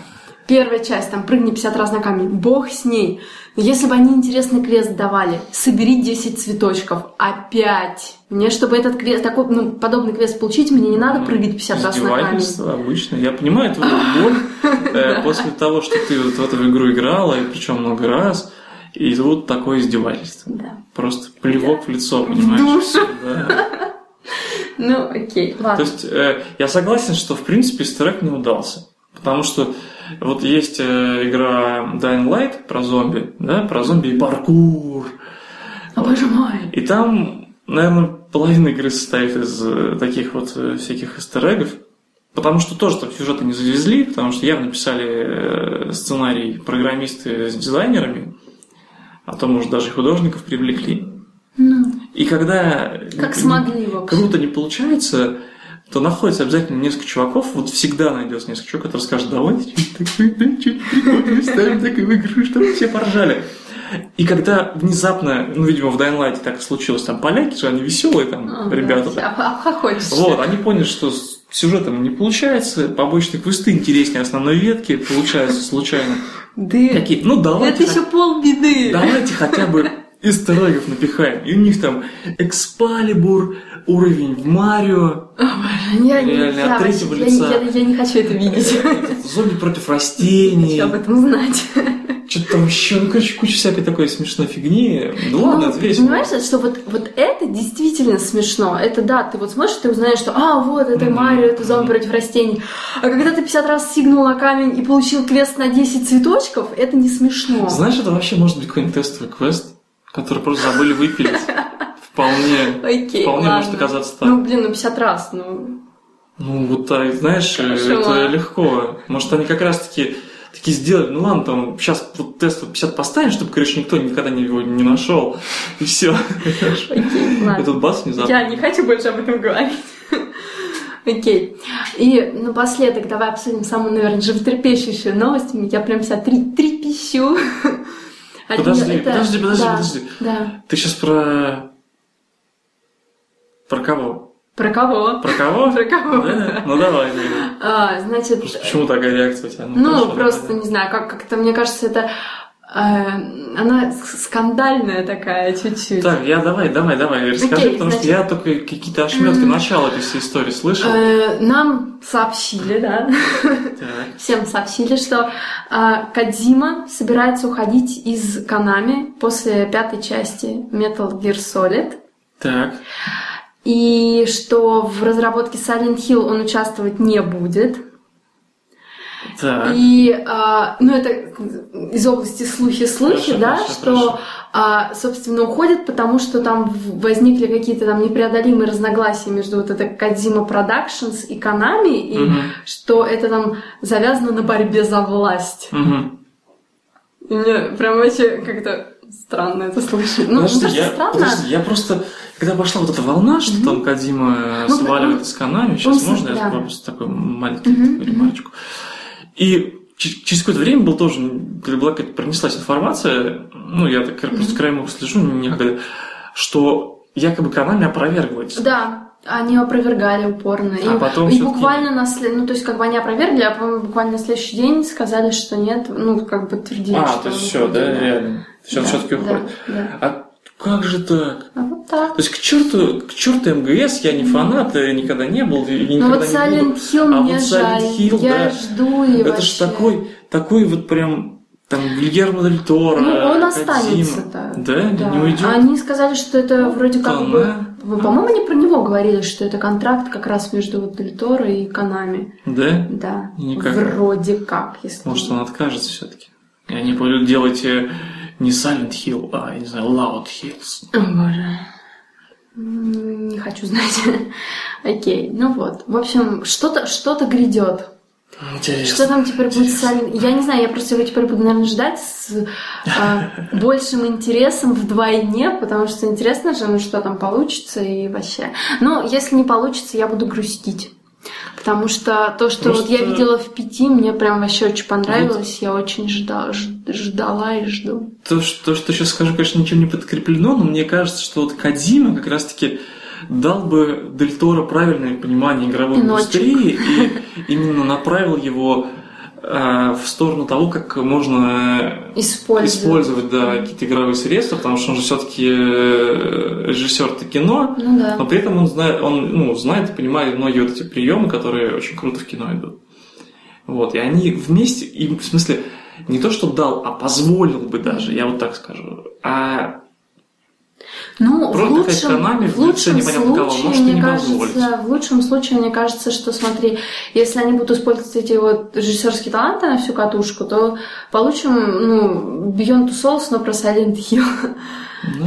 [SPEAKER 1] Первая часть, там, прыгни 50 раз на камень, бог с ней. Но если бы они интересный квест давали, собери 10 цветочков, опять. Мне, чтобы этот квест, такой, ну, подобный квест получить, мне не надо прыгать 50 раз на камень.
[SPEAKER 2] Издевательство обычно. Я понимаю твою боль э, после того, что ты вот в эту игру играла, и причем много раз, и вот такое издевательство.
[SPEAKER 1] Да.
[SPEAKER 2] Просто плевок в лицо, понимаешь?
[SPEAKER 1] душу.
[SPEAKER 2] Да.
[SPEAKER 1] Ну, окей,
[SPEAKER 2] То
[SPEAKER 1] ладно.
[SPEAKER 2] есть э, я согласен, что в принципе стрек не удался. Потому что вот есть э, игра Dying Light про зомби, да, про зомби и паркур.
[SPEAKER 1] О, боже мой.
[SPEAKER 2] И там, наверное, половина игры состоит из э, таких вот э, всяких эстерегов. Потому что тоже там сюжеты не завезли, потому что явно писали э, сценарий программисты с дизайнерами, а то, может, даже и художников привлекли.
[SPEAKER 1] Ну,
[SPEAKER 2] И когда...
[SPEAKER 1] как
[SPEAKER 2] не-
[SPEAKER 1] смогли, в общем.
[SPEAKER 2] круто не получается, то находится обязательно несколько чуваков, вот всегда найдется несколько чуваков, которые скажут, давайте чуть-чуть прикольно ставим такую игру, чтобы все поржали. И когда внезапно, ну, видимо, в Дайнлайте так и случилось, там поляки же, они веселые там ребята.
[SPEAKER 1] А, Да, об- обхохочешься.
[SPEAKER 2] Вот, они поняли, что с сюжетом не получается, побочные квесты интереснее основной ветки, получается случайно.
[SPEAKER 1] Да,
[SPEAKER 2] Такие, ну
[SPEAKER 1] это
[SPEAKER 2] давайте,
[SPEAKER 1] еще полбеды.
[SPEAKER 2] давайте хотя бы истерогов напихаем. И у них там Экспалибур, уровень в Марио,
[SPEAKER 1] Я, не-
[SPEAKER 2] Реально,
[SPEAKER 1] я
[SPEAKER 2] от третьего
[SPEAKER 1] вообще- я
[SPEAKER 2] лица.
[SPEAKER 1] не- я- я не хочу это видеть.
[SPEAKER 2] зомби против
[SPEAKER 1] Хочу
[SPEAKER 2] растений,
[SPEAKER 1] об этом знать.
[SPEAKER 2] что-то там еще, ну, короче, куча всякой такой смешной фигни. Ну ладно,
[SPEAKER 1] Ну,
[SPEAKER 2] это весело.
[SPEAKER 1] Понимаешь, что вот, вот это действительно смешно. Это да, ты вот смотришь, ты узнаешь, что а, вот, это
[SPEAKER 2] Мгм.
[SPEAKER 1] Марио, это зомби против растений. А когда ты 50 раз сигнул на камень и получил квест на 10 цветочков, это не смешно.
[SPEAKER 2] Знаешь, это вообще может быть какой-нибудь тестовый квест, который просто забыли выпилить. Вполне,
[SPEAKER 1] Окей,
[SPEAKER 2] вполне
[SPEAKER 1] ладно.
[SPEAKER 2] может оказаться так.
[SPEAKER 1] Ну, блин, ну 50 раз, ну...
[SPEAKER 2] Ну, вот так, знаешь,
[SPEAKER 1] Хорошо,
[SPEAKER 2] это
[SPEAKER 1] ладно.
[SPEAKER 2] легко. Может, они как раз-таки таки сделали, ну ладно, там сейчас вот тест вот 50 поставим, чтобы, короче, никто никогда не- его не нашел. И все.
[SPEAKER 1] Окей,
[SPEAKER 2] И
[SPEAKER 1] ладно.
[SPEAKER 2] тут бас внезапно.
[SPEAKER 1] Я не хочу больше об этом говорить. Окей. И напоследок давай обсудим самую, наверное, животрепещущую новость. Я прям вся три, трепещу. От
[SPEAKER 2] Подожди,
[SPEAKER 1] неё это-
[SPEAKER 2] подожди, подожди,
[SPEAKER 1] да,
[SPEAKER 2] подожди.
[SPEAKER 1] Да.
[SPEAKER 2] Ты сейчас про... Про кого?
[SPEAKER 1] Про кого?
[SPEAKER 2] Про кого?
[SPEAKER 1] Про кого?
[SPEAKER 2] Да? Ну давай. Лена.
[SPEAKER 1] А, значит,
[SPEAKER 2] Просто почему такая реакция у тебя?
[SPEAKER 1] ну,
[SPEAKER 2] хорошо,
[SPEAKER 1] просто,
[SPEAKER 2] давай.
[SPEAKER 1] не знаю, как- как-то, мне кажется, это... э, она с- скандальная такая чуть-чуть.
[SPEAKER 2] Так, я давай, давай, давай, расскажи,
[SPEAKER 1] Окей,
[SPEAKER 2] потому что
[SPEAKER 1] значит.
[SPEAKER 2] я только какие-то ошметки
[SPEAKER 1] М.
[SPEAKER 2] начала этой всей истории слышал.
[SPEAKER 1] Э, Нам сообщили, да,
[SPEAKER 2] Так.
[SPEAKER 1] всем сообщили, что э, Кадзима собирается уходить из Канами после пятой части Metal Gear Solid.
[SPEAKER 2] Так.
[SPEAKER 1] И что в разработке Silent Hill он участвовать не будет.
[SPEAKER 2] Так.
[SPEAKER 1] И, а, ну, это из области слухи-слухи,
[SPEAKER 2] Хорошо,
[SPEAKER 1] да,
[SPEAKER 2] хорошо,
[SPEAKER 1] что,
[SPEAKER 2] хорошо.
[SPEAKER 1] а, собственно, уходит, потому что там в- возникли какие-то там непреодолимые разногласия между вот это Кадзима Productions и Канами, и
[SPEAKER 2] Мгм.
[SPEAKER 1] что это там завязано на борьбе за власть.
[SPEAKER 2] Мгм.
[SPEAKER 1] И мне прям вообще как-то странно это слышать. Ну,
[SPEAKER 2] Подожди,
[SPEAKER 1] потому что
[SPEAKER 2] я,
[SPEAKER 1] странно.
[SPEAKER 2] подожди, я просто, когда пошла вот эта волна, что там Кадима э,
[SPEAKER 1] Ну,
[SPEAKER 2] сваливает
[SPEAKER 1] он-
[SPEAKER 2] из Канами, сейчас
[SPEAKER 1] он-
[SPEAKER 2] можно, я
[SPEAKER 1] да.
[SPEAKER 2] такой просто такой маленький
[SPEAKER 1] Мгм,
[SPEAKER 2] такой ремарочку. И ч- через какое-то время был тоже, была какая-то пронеслась информация, ну, я так просто краем уха слежу некогда, что якобы Канами опровергла эти
[SPEAKER 1] Да, они опровергали упорно.
[SPEAKER 2] А
[SPEAKER 1] и
[SPEAKER 2] потом
[SPEAKER 1] и
[SPEAKER 2] всё-таки-
[SPEAKER 1] буквально на след... ну то есть как бы они опровергли, а по-моему, буквально на следующий день сказали, что нет, ну как бы твердили,
[SPEAKER 2] А,
[SPEAKER 1] что
[SPEAKER 2] то есть
[SPEAKER 1] он
[SPEAKER 2] все,
[SPEAKER 1] уходит,
[SPEAKER 2] да, реально. Все,
[SPEAKER 1] Да,
[SPEAKER 2] все-таки
[SPEAKER 1] да,
[SPEAKER 2] уходит.
[SPEAKER 1] да.
[SPEAKER 2] А как же так?
[SPEAKER 1] А вот так.
[SPEAKER 2] То есть к черту, к черту МГС, я не фанат, я никогда не был, и
[SPEAKER 1] Ну
[SPEAKER 2] никогда
[SPEAKER 1] вот
[SPEAKER 2] не буду.
[SPEAKER 1] Silent Hill
[SPEAKER 2] А
[SPEAKER 1] мне
[SPEAKER 2] вот Silent
[SPEAKER 1] жаль.
[SPEAKER 2] Hill,
[SPEAKER 1] Я
[SPEAKER 2] да.
[SPEAKER 1] жду и
[SPEAKER 2] Это
[SPEAKER 1] вообще.
[SPEAKER 2] ж такой, такой вот прям там Гильермо Дель Торо.
[SPEAKER 1] Ну, он
[SPEAKER 2] Кодзима.
[SPEAKER 1] останется-то.
[SPEAKER 2] Да,
[SPEAKER 1] Да.
[SPEAKER 2] не Ну, уйдет.
[SPEAKER 1] Они сказали, что это вроде как
[SPEAKER 2] Да,
[SPEAKER 1] бы...
[SPEAKER 2] да.
[SPEAKER 1] Вы, по-моему, не про него говорили, что это контракт как раз между вот Дель Торо и Канами.
[SPEAKER 2] Да?
[SPEAKER 1] Да.
[SPEAKER 2] Никак.
[SPEAKER 1] Вроде как, если...
[SPEAKER 2] Может, он откажется все-таки. И они будут делать э, не Silent Hill, а, я не знаю, Loud Hills.
[SPEAKER 1] О, боже. М, Не хочу знать. Окей, ну вот. В общем, что-то что грядет. Что
[SPEAKER 2] Интересно.
[SPEAKER 1] там теперь будет с Аль- Я не знаю, я просто его теперь буду, наверное, ждать с а, большим интересом вдвойне, потому что интересно же, ну что там получится и вообще. Ну, если не получится, я буду грустить. Потому что то, что вот я
[SPEAKER 2] Просто-
[SPEAKER 1] видела в пяти, мне прям вообще очень понравилось. Я очень жда- ж- ждала и жду.
[SPEAKER 2] То, что, то, что сейчас скажу, конечно, ничем не подкреплено, но мне кажется, что вот Кадзима как раз-таки дал бы Дель Торо правильное понимание игровой
[SPEAKER 1] Пиночек.
[SPEAKER 2] индустрии и именно направил его э, в сторону того, как можно
[SPEAKER 1] Использую.
[SPEAKER 2] использовать да, какие-то игровые средства, потому что он же все-таки режиссер-то кино,
[SPEAKER 1] Ну да.
[SPEAKER 2] но при этом он знает, он ну, знает и понимает многие вот эти приемы, которые очень круто в кино идут. Вот, и они вместе, и, в смысле, не то что дал, а позволил бы даже, я вот так скажу. А
[SPEAKER 1] Ну,
[SPEAKER 2] Просто
[SPEAKER 1] в лучшем,
[SPEAKER 2] какая-то Konami
[SPEAKER 1] в
[SPEAKER 2] в лице
[SPEAKER 1] лучшем
[SPEAKER 2] непонятно кого
[SPEAKER 1] случае,
[SPEAKER 2] может и
[SPEAKER 1] мне
[SPEAKER 2] не
[SPEAKER 1] кажется,
[SPEAKER 2] позволить.
[SPEAKER 1] в лучшем случае, мне кажется, что, смотри, если они будут использовать эти вот режиссерские таланты на всю катушку, то получим, ну, Beyond Two Souls, но про Silent Hill.
[SPEAKER 2] ну,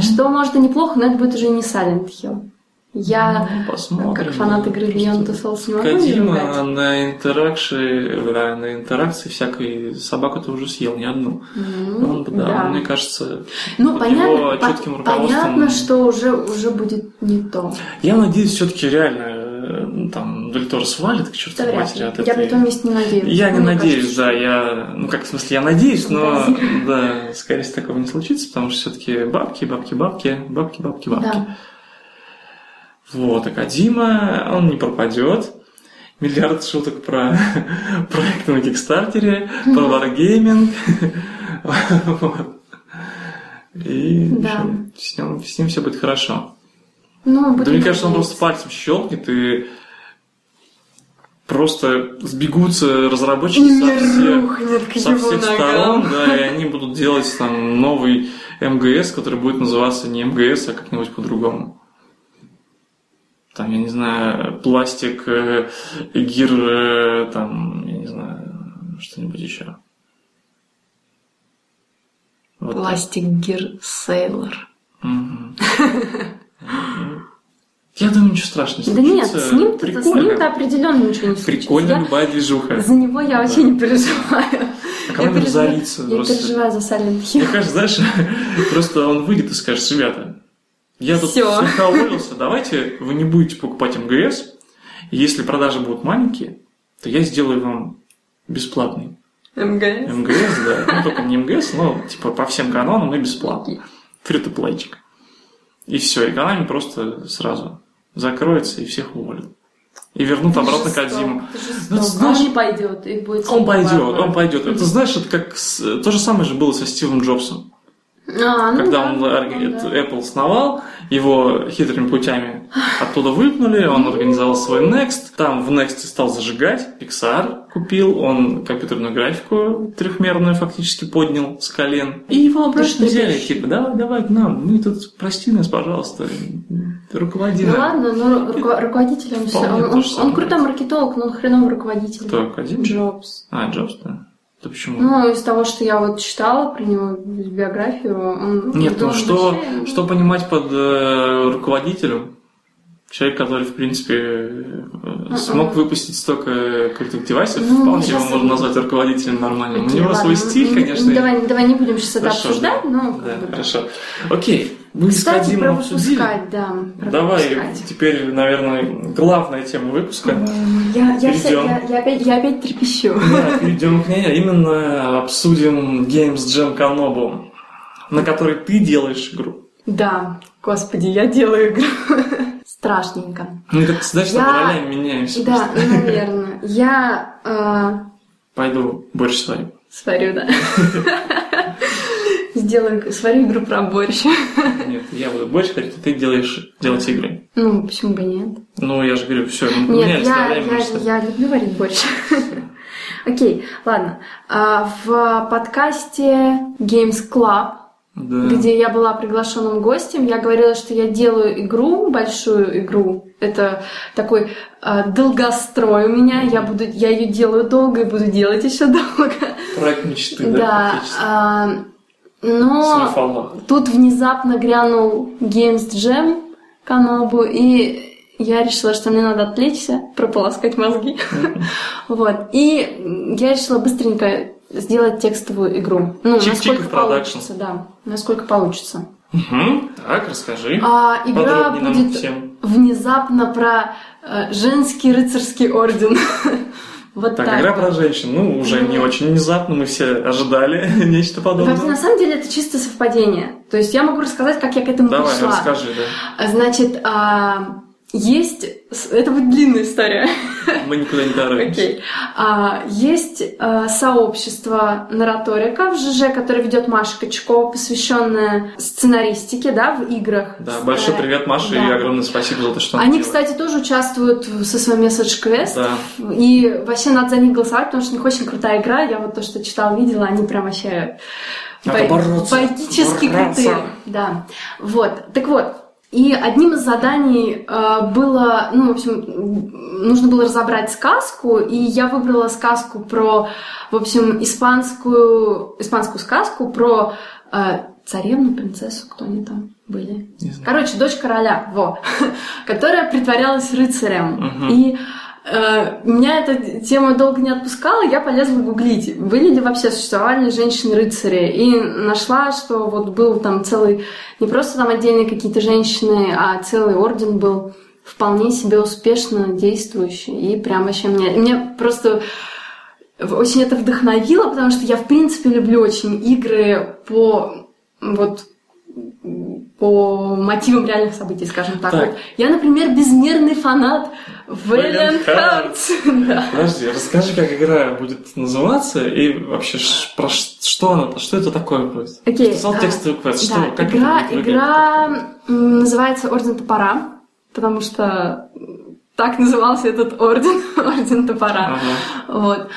[SPEAKER 1] Что, может, и неплохо, но это будет уже не Silent Hill. Я,
[SPEAKER 2] ну, посмотрим.
[SPEAKER 1] как фанат игры Beyond Two Souls, не могу не
[SPEAKER 2] Кадима
[SPEAKER 1] ругать.
[SPEAKER 2] на интеракции, да, на интеракции всякой собаку ты уже съел, не одну.
[SPEAKER 1] Ну,
[SPEAKER 2] Он бы, да,
[SPEAKER 1] да.
[SPEAKER 2] мне кажется,
[SPEAKER 1] Ну,
[SPEAKER 2] под
[SPEAKER 1] понятно,
[SPEAKER 2] его
[SPEAKER 1] по-
[SPEAKER 2] чётким руководством-
[SPEAKER 1] понятно, что уже, уже будет не то.
[SPEAKER 2] Я надеюсь, все-таки реально э, там Дель Торо свалит к
[SPEAKER 1] Да
[SPEAKER 2] чертовой
[SPEAKER 1] вряд
[SPEAKER 2] матери
[SPEAKER 1] ли.
[SPEAKER 2] от
[SPEAKER 1] Я
[SPEAKER 2] этой...
[SPEAKER 1] притомность не надеюсь.
[SPEAKER 2] Я не
[SPEAKER 1] Мне
[SPEAKER 2] надеюсь,
[SPEAKER 1] кажется,
[SPEAKER 2] да, я, ну как, в смысле, я надеюсь, но,
[SPEAKER 1] Фантазирую.
[SPEAKER 2] да, скорее всего, такого не случится, потому что все-таки бабки, бабки, бабки, бабки, бабки, бабки.
[SPEAKER 1] Да.
[SPEAKER 2] Вот, Акадима, он не пропадет. Миллиард шуток про проекты на Кикстартере, про варгейминг. Вот. И
[SPEAKER 1] Да.
[SPEAKER 2] в общем, с ним, с ним все будет хорошо.
[SPEAKER 1] Ну,
[SPEAKER 2] Да
[SPEAKER 1] будем
[SPEAKER 2] мне кажется, он
[SPEAKER 1] надеяться.
[SPEAKER 2] просто пальцем щелкнет и просто сбегутся разработчики
[SPEAKER 1] И
[SPEAKER 2] со
[SPEAKER 1] мир
[SPEAKER 2] всех
[SPEAKER 1] рухнет к
[SPEAKER 2] со
[SPEAKER 1] его
[SPEAKER 2] всех
[SPEAKER 1] ногам.
[SPEAKER 2] сторон, да, и они будут делать там новый МГС, который будет называться не МГС, а как-нибудь по-другому. Там, я не знаю, пластик, э, гир, э, там, я не знаю, что-нибудь еще. Вот так.
[SPEAKER 1] Пластик Гир Сейлор.
[SPEAKER 2] Мгм. Я думаю, ничего страшного не
[SPEAKER 1] Да нет,
[SPEAKER 2] случится.
[SPEAKER 1] с ним-то с
[SPEAKER 2] Прикольно.
[SPEAKER 1] ним-то определенно ничего не случится.
[SPEAKER 2] Прикольно
[SPEAKER 1] Я-
[SPEAKER 2] любая движуха.
[SPEAKER 1] За него я вообще
[SPEAKER 2] Да.
[SPEAKER 1] не переживаю.
[SPEAKER 2] А кому
[SPEAKER 1] я переживаю-
[SPEAKER 2] разориться
[SPEAKER 1] Я
[SPEAKER 2] просто?
[SPEAKER 1] переживаю за Silent
[SPEAKER 2] Мне
[SPEAKER 1] Hill.
[SPEAKER 2] кажется, знаешь, просто он выйдет и скажет, ребята, я тут
[SPEAKER 1] Всё.
[SPEAKER 2] слегка уволился, давайте вы не будете покупать МГС, если продажи будут маленькие, то я сделаю вам бесплатный
[SPEAKER 1] МГС.
[SPEAKER 2] МГС, да, ну только не МГС, но типа по всем канонам и бесплатно. фри то И все, экономия просто сразу закроется и всех уволят. И вернут обратно к
[SPEAKER 1] Жестоко,
[SPEAKER 2] Адзиму.
[SPEAKER 1] жестоко.
[SPEAKER 2] Ну, ты
[SPEAKER 1] А
[SPEAKER 2] знаешь-
[SPEAKER 1] он не пойдет, и будет...
[SPEAKER 2] Он пойдет,
[SPEAKER 1] Барбара.
[SPEAKER 2] он пойдет. Это знаешь, это как с- то же самое же было со Стивом Джобсом.
[SPEAKER 1] А, ну
[SPEAKER 2] Когда
[SPEAKER 1] да,
[SPEAKER 2] он
[SPEAKER 1] ну
[SPEAKER 2] орг-
[SPEAKER 1] да.
[SPEAKER 2] Apple сновал, его хитрыми путями оттуда выпнули, он организовал свой Next, там в Next стал зажигать, Pixar купил, он компьютерную графику трехмерную фактически поднял с колен. И его обратно
[SPEAKER 1] что
[SPEAKER 2] взяли,
[SPEAKER 1] пишешь?
[SPEAKER 2] типа, давай, давай к нам, мы тут, прости нас, пожалуйста, руководи
[SPEAKER 1] Ну
[SPEAKER 2] нами».
[SPEAKER 1] ладно, но ру- руко- руководитель он, всё-
[SPEAKER 2] Вполне
[SPEAKER 1] он,
[SPEAKER 2] то
[SPEAKER 1] он-
[SPEAKER 2] же
[SPEAKER 1] он
[SPEAKER 2] самое.
[SPEAKER 1] крутой маркетолог, но он хреновый руководитель.
[SPEAKER 2] Кто, Академик?
[SPEAKER 1] Джобс.
[SPEAKER 2] А, Джобс, да. Да почему?
[SPEAKER 1] Ну, из того, что я вот читала про него биографию, он...
[SPEAKER 2] Нет, ну
[SPEAKER 1] он
[SPEAKER 2] что,
[SPEAKER 1] вообще-
[SPEAKER 2] что понимать под э, руководителем? Человек, который, в принципе, э, смог выпустить столько крутых девайсов,
[SPEAKER 1] Ну,
[SPEAKER 2] вполне его
[SPEAKER 1] сейчас-
[SPEAKER 2] можно назвать руководителем нормальным.
[SPEAKER 1] Окей,
[SPEAKER 2] У него
[SPEAKER 1] ладно,
[SPEAKER 2] свой стиль,
[SPEAKER 1] ну, ну,
[SPEAKER 2] конечно. и-
[SPEAKER 1] Давай, давай не будем сейчас это
[SPEAKER 2] Хорошо,
[SPEAKER 1] обсуждать, но... как
[SPEAKER 2] Да,
[SPEAKER 1] бы, да.
[SPEAKER 2] хорошо. Окей, мы с
[SPEAKER 1] Кстати,
[SPEAKER 2] Вадимом
[SPEAKER 1] про
[SPEAKER 2] обсудили.
[SPEAKER 1] выпускать, да. про
[SPEAKER 2] Давай,
[SPEAKER 1] выпускать.
[SPEAKER 2] теперь, наверное, главная тема выпуска.
[SPEAKER 1] Эм, Я, я, вся-
[SPEAKER 2] Перейдем.
[SPEAKER 1] я- я опять, я опять трепещу.
[SPEAKER 2] Да, перейдем к ней, а именно обсудим Games Jam Канобу, на которой ты делаешь игру.
[SPEAKER 1] Да, господи, я делаю игру. Страшненько.
[SPEAKER 2] Ну, как ты знаешь,
[SPEAKER 1] Я-
[SPEAKER 2] там ролями меняемся.
[SPEAKER 1] Да,
[SPEAKER 2] просто.
[SPEAKER 1] наверное. Я э,
[SPEAKER 2] Пойду борщ сварю.
[SPEAKER 1] сварю, да. Сделаю, сварю игру про борщ.
[SPEAKER 2] Нет, я буду больше говорить, а ты делаешь делать игры.
[SPEAKER 1] Ну, почему бы нет?
[SPEAKER 2] Ну, я же говорю, все,
[SPEAKER 1] Нет, я, я, я люблю варить борщ. Окей, ладно. А, В подкасте Games Club
[SPEAKER 2] Да.
[SPEAKER 1] где я была приглашенным гостем, я говорила, что я делаю игру, большую игру. Это такой э, долгострой у меня. Я буду, я ее делаю долго и буду делать еще долго.
[SPEAKER 2] Проект мечты, да,
[SPEAKER 1] Да.
[SPEAKER 2] практически.
[SPEAKER 1] а, Но
[SPEAKER 2] Снов Аллах.
[SPEAKER 1] тут внезапно грянул Games Jam Канобу, и я решила, что мне надо отвлечься, прополоскать мозги. Вот. И м, я решила быстренько сделать текстовую игру. Ну,
[SPEAKER 2] Чик-чик
[SPEAKER 1] насколько
[SPEAKER 2] и в продакшн.
[SPEAKER 1] получится, да. Насколько получится.
[SPEAKER 2] Мгм. Так, расскажи.
[SPEAKER 1] А игра
[SPEAKER 2] Подробнее нам
[SPEAKER 1] будет
[SPEAKER 2] всем.
[SPEAKER 1] внезапно про э, женский рыцарский орден. Вот
[SPEAKER 2] Так,
[SPEAKER 1] так.
[SPEAKER 2] игра про женщин. Ну, уже не
[SPEAKER 1] Ну.
[SPEAKER 2] очень внезапно, мы все ожидали нечто
[SPEAKER 1] Вообще, на
[SPEAKER 2] подобное.
[SPEAKER 1] самом деле, это чисто совпадение. То есть я могу рассказать, как я к этому
[SPEAKER 2] Давай,
[SPEAKER 1] пришла.
[SPEAKER 2] расскажи, да.
[SPEAKER 1] Значит, а, есть... с- Это будет длинная история.
[SPEAKER 2] Мы никуда не торопимся.
[SPEAKER 1] Окей. А, есть э, сообщество нараторика в ЖЖ, которое ведет Маша Качкова, посвященное сценаристике, да, в играх.
[SPEAKER 2] Да, большой
[SPEAKER 1] Э,
[SPEAKER 2] привет, Маша, и
[SPEAKER 1] да.
[SPEAKER 2] огромное спасибо за то, что она
[SPEAKER 1] Они,
[SPEAKER 2] делает.
[SPEAKER 1] кстати, тоже участвуют в- со своим Message Quest.
[SPEAKER 2] Да.
[SPEAKER 1] И вообще надо за них голосовать, потому что у них очень крутая игра. Я вот то, что читала, видела, они прям вообще
[SPEAKER 2] Надо
[SPEAKER 1] бай-
[SPEAKER 2] бороться,
[SPEAKER 1] байкически
[SPEAKER 2] бороться.
[SPEAKER 1] крутые. Да. Вот. Так вот. И одним из заданий э, было, ну, в общем, м, нужно было разобрать сказку, и я выбрала сказку про, в общем, испанскую, испанскую сказку про э, царевну, принцессу, кто они там были.
[SPEAKER 2] Не знаю.
[SPEAKER 1] Короче, дочь короля, во, которая притворялась рыцарем.
[SPEAKER 2] Мгм.
[SPEAKER 1] И э, меня эта тема долго не отпускала, я полезла гуглить, были ли вообще существовали ли женщины-рыцари. И нашла, что вот был там целый, не просто там отдельные какие-то женщины, а целый орден был вполне себе успешно действующие. И прям вообще мне, мне просто очень это вдохновило, потому что я, в принципе, люблю очень игры по вот по мотивам реальных событий, скажем так.
[SPEAKER 2] Так.
[SPEAKER 1] Вот. Я, например, безмерный фанат Valiant
[SPEAKER 2] Valiant Hearts.
[SPEAKER 1] Hearts. Да.
[SPEAKER 2] Подожди, расскажи, как игра будет называться и вообще ш- про ш- что она, что это такое будет?
[SPEAKER 1] Окей,
[SPEAKER 2] Ты сказал
[SPEAKER 1] а,
[SPEAKER 2] текстовый квест, что,
[SPEAKER 1] Да,
[SPEAKER 2] как
[SPEAKER 1] игра,
[SPEAKER 2] это будет выглядеть?
[SPEAKER 1] игра м, называется Орден топора, потому что м, так назывался этот орден, Орден топора.
[SPEAKER 2] Ага.
[SPEAKER 1] Вот.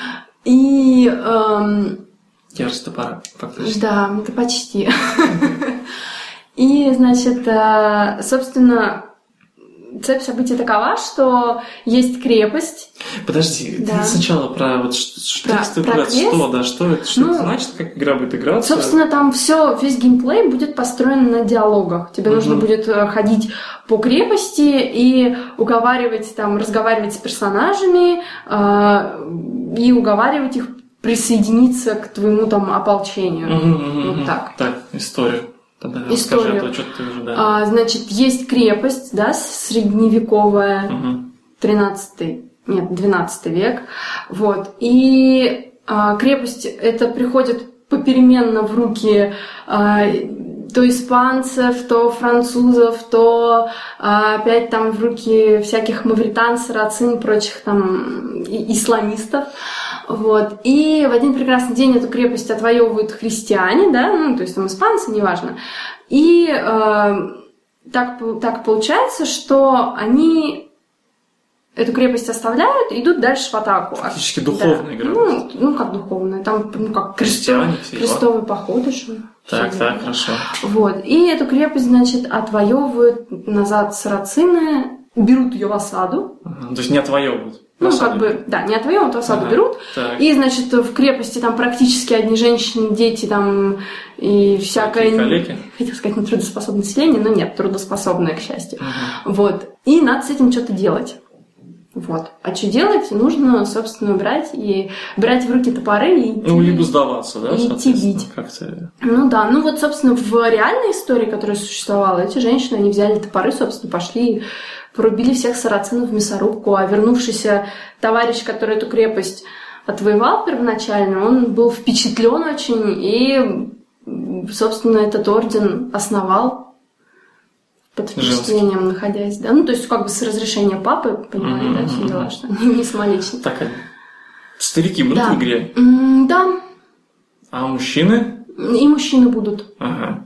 [SPEAKER 1] И эм,
[SPEAKER 2] Ярость топора, фактически.
[SPEAKER 1] да, это почти. И, значит, э, собственно, цепь событий такова, что есть крепость,
[SPEAKER 2] Подожди,
[SPEAKER 1] Да.
[SPEAKER 2] ты сначала про вот ш- ш-
[SPEAKER 1] Про-
[SPEAKER 2] текстовый
[SPEAKER 1] про
[SPEAKER 2] квест,
[SPEAKER 1] квест?
[SPEAKER 2] что, да, что это, что
[SPEAKER 1] Ну,
[SPEAKER 2] это значит, как игра будет играться?
[SPEAKER 1] Собственно, там все, весь геймплей будет построен на диалогах. Тебе
[SPEAKER 2] Мгм.
[SPEAKER 1] нужно будет э, ходить по крепости и уговаривать, там, разговаривать с персонажами э, и уговаривать их присоединиться к твоему там ополчению.
[SPEAKER 2] Мгм, мгм,
[SPEAKER 1] вот
[SPEAKER 2] мгм.
[SPEAKER 1] так.
[SPEAKER 2] Так, историю. Тогда
[SPEAKER 1] Историю.
[SPEAKER 2] расскажи, а то что ты уже, да.
[SPEAKER 1] А, значит, есть крепость, да, средневековая.
[SPEAKER 2] Мгм.
[SPEAKER 1] 13 нет, 12 век. Вот. И а, крепость это приходит попеременно в руки а, то испанцев, то французов, то а, опять там в руки всяких мавритан, сарацин, прочих там и- исламистов. Вот. И в один прекрасный день эту крепость отвоевывают христиане, да, ну, то есть там испанцы, неважно. И э, так, пол- так получается, что они эту крепость оставляют и идут дальше в атаку.
[SPEAKER 2] Фактически духовная
[SPEAKER 1] а, Да.
[SPEAKER 2] игра.
[SPEAKER 1] Ну, ну, как духовная, там, ну, как крестов-
[SPEAKER 2] Крестьяне все дела.
[SPEAKER 1] крестовые походы же.
[SPEAKER 2] Так,
[SPEAKER 1] Всё
[SPEAKER 2] так,
[SPEAKER 1] дела.
[SPEAKER 2] хорошо.
[SPEAKER 1] Вот. И эту крепость, значит, отвоевывают назад сарацины, берут ее в осаду.
[SPEAKER 2] Мгм. То есть не отвоевывают.
[SPEAKER 1] Ну,
[SPEAKER 2] на
[SPEAKER 1] как
[SPEAKER 2] самом деле.
[SPEAKER 1] бы, да, не отвоевывают, а в осаду
[SPEAKER 2] Ага.
[SPEAKER 1] берут.
[SPEAKER 2] Так.
[SPEAKER 1] И, значит, в крепости там практически одни женщины, дети там и всякое...
[SPEAKER 2] Всякие калеки.
[SPEAKER 1] Хотел сказать, нетрудоспособное население, но нет, трудоспособное, к счастью.
[SPEAKER 2] Мгм.
[SPEAKER 1] Вот. И надо с этим что-то делать. Вот. А что делать? Нужно, собственно, брать и брать в руки топоры и... идти.
[SPEAKER 2] Ну, либо сдаваться, да,
[SPEAKER 1] И идти
[SPEAKER 2] соответственно,
[SPEAKER 1] бить.
[SPEAKER 2] Как-то.
[SPEAKER 1] Ну да, ну вот, собственно, в реальной истории, которая существовала, эти женщины, они взяли топоры, собственно, пошли и порубили всех сарацинов в мясорубку, а вернувшийся товарищ, который эту крепость отвоевал первоначально, он был впечатлен очень и, м, собственно, этот орден основал под впечатлением, находясь, да, ну то есть как бы с разрешения папы, понимаете, да,
[SPEAKER 2] Мгм,
[SPEAKER 1] все
[SPEAKER 2] мгм.
[SPEAKER 1] дела, что не не самолично.
[SPEAKER 2] Так, а старики будут
[SPEAKER 1] Да.
[SPEAKER 2] в игре,
[SPEAKER 1] М, Да,
[SPEAKER 2] а мужчины?
[SPEAKER 1] и мужчины будут.
[SPEAKER 2] Ага.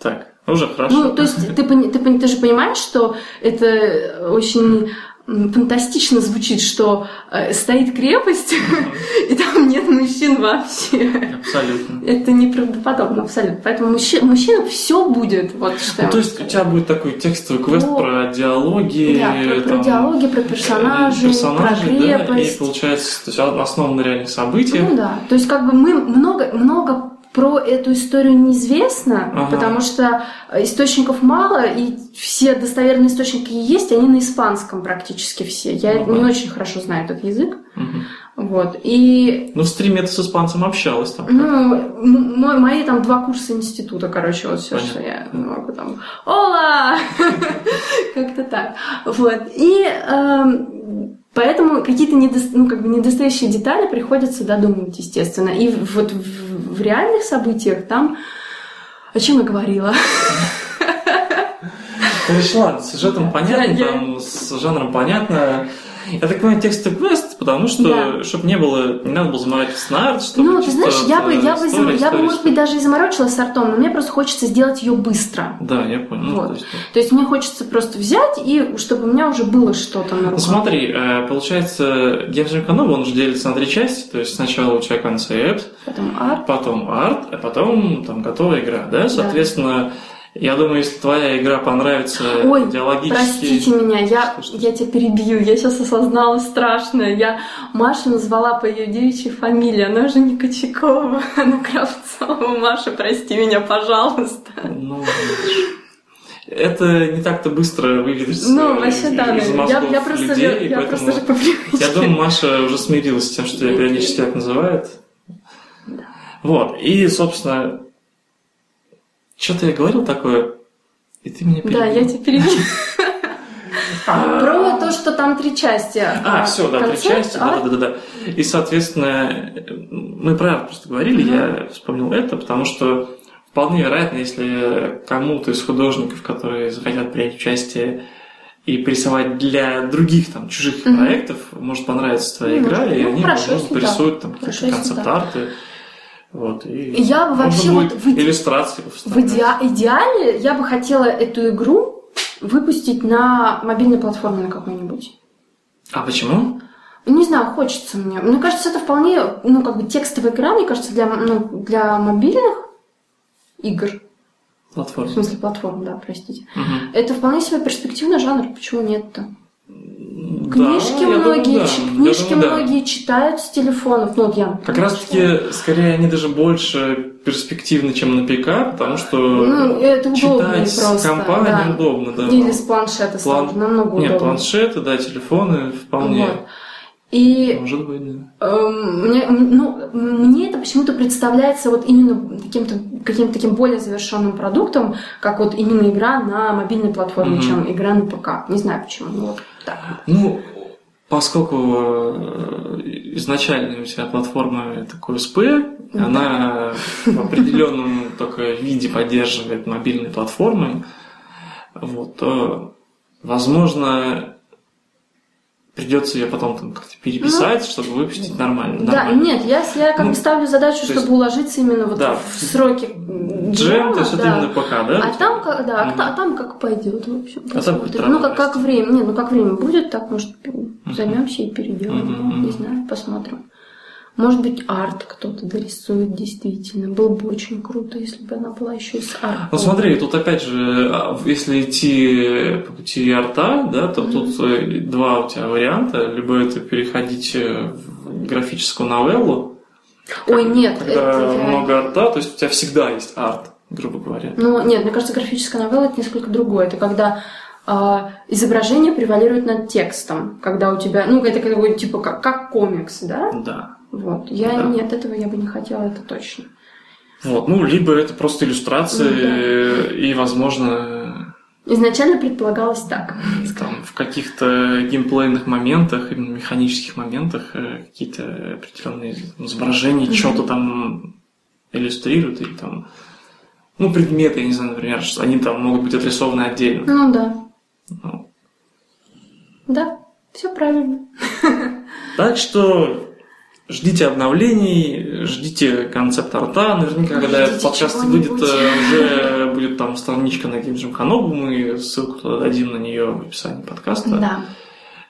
[SPEAKER 2] Так, уже хорошо.
[SPEAKER 1] Ну, то есть ты, пони- ты, пони- ты же понимаешь, что это очень м, фантастично звучит, что э, стоит крепость, и там нет мужчин вообще.
[SPEAKER 2] Абсолютно.
[SPEAKER 1] Это неправдоподобно абсолютно. Поэтому мужчи- мужчинам все будет. Вот что я
[SPEAKER 2] Ну,
[SPEAKER 1] могу
[SPEAKER 2] то есть у тебя будет такой текстовый квест
[SPEAKER 1] Ну,
[SPEAKER 2] про диалоги,
[SPEAKER 1] сказать. Да, про, про
[SPEAKER 2] там,
[SPEAKER 1] диалоги, про
[SPEAKER 2] э,
[SPEAKER 1] персонажей,
[SPEAKER 2] персонажей,
[SPEAKER 1] про
[SPEAKER 2] да, и
[SPEAKER 1] крепость.
[SPEAKER 2] получается, то есть основан на реальных событиях.
[SPEAKER 1] Ну да, то есть как бы мы много, много про эту историю неизвестно,
[SPEAKER 2] Ага.
[SPEAKER 1] потому что э, источников мало, и все достоверные источники есть, они на испанском практически все. Я
[SPEAKER 2] Ага.
[SPEAKER 1] не очень хорошо знаю этот язык.
[SPEAKER 2] Мгм.
[SPEAKER 1] Вот. И
[SPEAKER 2] Ну, в стриме ты с испанцем общалась там.
[SPEAKER 1] ну, м- мой- мои там два курса института, короче, вот все,
[SPEAKER 2] Понятно.
[SPEAKER 1] что я могу там. Ола! Как-то так. Вот. И эм, поэтому какие-то недос- ну, как бы недостающие детали приходится додумывать, естественно. И в- вот в в реальных событиях там... О чем я говорила?
[SPEAKER 2] Ты решила, с сюжетом понятно,
[SPEAKER 1] я-
[SPEAKER 2] там, с жанром понятно. Я так понимаю, текстовый квест, потому что,
[SPEAKER 1] Да.
[SPEAKER 2] чтобы не было, не надо было заморачиваться на арт, чтобы
[SPEAKER 1] Ну, ты
[SPEAKER 2] чисто
[SPEAKER 1] знаешь, я
[SPEAKER 2] вот,
[SPEAKER 1] бы,
[SPEAKER 2] э,
[SPEAKER 1] я бы, зам-
[SPEAKER 2] история,
[SPEAKER 1] я бы,
[SPEAKER 2] история,
[SPEAKER 1] может быть, даже и заморочилась с артом, но мне просто хочется сделать ее быстро.
[SPEAKER 2] Да, я понял. Ну,
[SPEAKER 1] Вот.
[SPEAKER 2] то есть, да.
[SPEAKER 1] То есть мне хочется просто взять и чтобы у меня уже было что-то на
[SPEAKER 2] Ну,
[SPEAKER 1] руках.
[SPEAKER 2] смотри, э, получается, Генджин Канобу, он же делится на три части, то есть сначала у тебя концепт,
[SPEAKER 1] Потом арт.
[SPEAKER 2] потом арт, а потом там готовая игра, да? Соответственно, я думаю, если твоя игра понравится
[SPEAKER 1] Ой, Простите
[SPEAKER 2] идеологически...
[SPEAKER 1] меня, я,
[SPEAKER 2] Что, что?
[SPEAKER 1] я тебя перебью, я сейчас осознала страшное. Я Машу назвала по ее девичьей фамилии, она же не Кочекова, она Кравцова. Маша, прости меня, пожалуйста.
[SPEAKER 2] Ну, это не так-то быстро выведется
[SPEAKER 1] ну, вообще
[SPEAKER 2] из,
[SPEAKER 1] да,
[SPEAKER 2] из
[SPEAKER 1] наверное. я,
[SPEAKER 2] мозгов
[SPEAKER 1] я просто,
[SPEAKER 2] людей,
[SPEAKER 1] я,
[SPEAKER 2] и
[SPEAKER 1] я
[SPEAKER 2] поэтому...
[SPEAKER 1] просто же по привычке.
[SPEAKER 2] Я думаю, Маша уже смирилась с тем, что ее периодически так называют. Вот. И, собственно, что-то я говорил такое, и ты меня
[SPEAKER 1] Да,
[SPEAKER 2] перебила.
[SPEAKER 1] я тебя перебью. Про то, что там три части.
[SPEAKER 2] А, все, да, три
[SPEAKER 1] Концепт,
[SPEAKER 2] части, да,
[SPEAKER 1] арт.
[SPEAKER 2] да, да, да. И, соответственно, мы про арт просто говорили, я вспомнил это, потому что вполне вероятно, если кому-то из художников, которые захотят принять участие и порисовать для других там чужих
[SPEAKER 1] Мгм.
[SPEAKER 2] проектов, может понравиться твоя
[SPEAKER 1] Ну,
[SPEAKER 2] игра,
[SPEAKER 1] может.
[SPEAKER 2] и
[SPEAKER 1] Ну,
[SPEAKER 2] они,
[SPEAKER 1] хорошо,
[SPEAKER 2] возможно,
[SPEAKER 1] если да.
[SPEAKER 2] порисуют там
[SPEAKER 1] Хорошо,
[SPEAKER 2] какие-то
[SPEAKER 1] если
[SPEAKER 2] концепт-арты. Вот, и
[SPEAKER 1] Я бы
[SPEAKER 2] можно
[SPEAKER 1] вообще
[SPEAKER 2] будет
[SPEAKER 1] вот в иде-
[SPEAKER 2] иллюстрации
[SPEAKER 1] В
[SPEAKER 2] повставлять.
[SPEAKER 1] иде- идеале я бы хотела эту игру выпустить на мобильной платформе на какой-нибудь.
[SPEAKER 2] А почему?
[SPEAKER 1] Не знаю, хочется мне. Мне кажется, это вполне, ну, как бы текстовая игра, мне кажется, для, ну, для мобильных игр, в
[SPEAKER 2] Платформа.
[SPEAKER 1] смысле платформ, да, простите.
[SPEAKER 2] Мгм.
[SPEAKER 1] Это вполне себе перспективный жанр, почему нет-то?
[SPEAKER 2] Да,
[SPEAKER 1] Книжки
[SPEAKER 2] я думаю,
[SPEAKER 1] многие,
[SPEAKER 2] да.
[SPEAKER 1] чи-
[SPEAKER 2] Я
[SPEAKER 1] книжки
[SPEAKER 2] думаю, да.
[SPEAKER 1] многие читают с телефонов. Ну, вот я.
[SPEAKER 2] Как
[SPEAKER 1] например,
[SPEAKER 2] раз таки, скорее, они даже больше перспективны, чем на ПК, потому что
[SPEAKER 1] Ну, это удобнее
[SPEAKER 2] э, читать с
[SPEAKER 1] просто,
[SPEAKER 2] компа
[SPEAKER 1] да.
[SPEAKER 2] неудобно, да.
[SPEAKER 1] читаю. Или с планшета
[SPEAKER 2] План-
[SPEAKER 1] сразу, намного
[SPEAKER 2] Нет,
[SPEAKER 1] удобнее.
[SPEAKER 2] планшеты, да, телефоны вполне.
[SPEAKER 1] Вот. И
[SPEAKER 2] Может быть, да.
[SPEAKER 1] эм, мне, м, ну, мне это почему-то представляется вот именно каким-то каким-то таким более завершенным продуктом, как вот именно игра на мобильной платформе,
[SPEAKER 2] Мгм.
[SPEAKER 1] чем игра на ПК. Не знаю почему. Ну, вот так.
[SPEAKER 2] Ну, поскольку э, изначально у тебя платформа такой СП,
[SPEAKER 1] Ну Да.
[SPEAKER 2] она в определенном только виде поддерживает мобильные платформы, вот, то, возможно, придется ее потом там как-то переписать, чтобы выпустить нормально.
[SPEAKER 1] Ну, Да,
[SPEAKER 2] нормально.
[SPEAKER 1] нет, я, с- я как
[SPEAKER 2] Ну,
[SPEAKER 1] бы ставлю задачу,
[SPEAKER 2] то есть-
[SPEAKER 1] чтобы уложиться именно вот
[SPEAKER 2] Да.
[SPEAKER 1] в сроки м,
[SPEAKER 2] Джем,
[SPEAKER 1] джема,
[SPEAKER 2] то есть это
[SPEAKER 1] ну да.
[SPEAKER 2] именно пока, да?
[SPEAKER 1] А там, как- да, а
[SPEAKER 2] Мгм.
[SPEAKER 1] та- а там как пойдет, в общем.
[SPEAKER 2] А там будет
[SPEAKER 1] посмотрим. ну, как, как
[SPEAKER 2] разность.
[SPEAKER 1] время. Не, ну как время будет, так, может, займемся и переделаем.
[SPEAKER 2] Мгм.
[SPEAKER 1] Не знаю, посмотрим. Может быть, арт кто-то дорисует действительно. Было бы очень круто, если бы она была еще и с артом.
[SPEAKER 2] Ну смотри, тут опять же, а, в- если идти по пути арта, да, то
[SPEAKER 1] Мгм.
[SPEAKER 2] тут э, два у тебя варианта. Либо это переходить э, в графическую новеллу,
[SPEAKER 1] Ой, нет,
[SPEAKER 2] когда
[SPEAKER 1] это я-
[SPEAKER 2] много арта, то есть у тебя всегда есть арт, грубо говоря.
[SPEAKER 1] Ну, нет, мне кажется, графическая новелла это несколько другое. Это когда а, изображение превалирует над текстом, когда у тебя, ну, это как бы, типа как, как комикс, да?
[SPEAKER 2] Да.
[SPEAKER 1] Вот. Я
[SPEAKER 2] Да.
[SPEAKER 1] нет, этого я бы не хотела, это точно.
[SPEAKER 2] Вот, ну, либо это просто иллюстрации,
[SPEAKER 1] Ну, да.
[SPEAKER 2] э, и, возможно,
[SPEAKER 1] Изначально предполагалось так.
[SPEAKER 2] там, в каких-то геймплейных моментах, именно механических моментах, э, какие-то определенные ну, изображения,
[SPEAKER 1] Мгм.
[SPEAKER 2] что-то там иллюстрируют, или там, ну, предметы, я не знаю, например, что они там могут быть отрисованы отдельно.
[SPEAKER 1] Ну да.
[SPEAKER 2] Ну.
[SPEAKER 1] Да, все правильно.
[SPEAKER 2] Так что ждите обновлений, ждите концепт арта. Наверняка, когда
[SPEAKER 1] Ждите
[SPEAKER 2] этот подкаст
[SPEAKER 1] чего-нибудь.
[SPEAKER 2] выйдет, э, уже будет там страничка на Game каналу, мы ссылку туда дадим на нее в описании подкаста.
[SPEAKER 1] Да.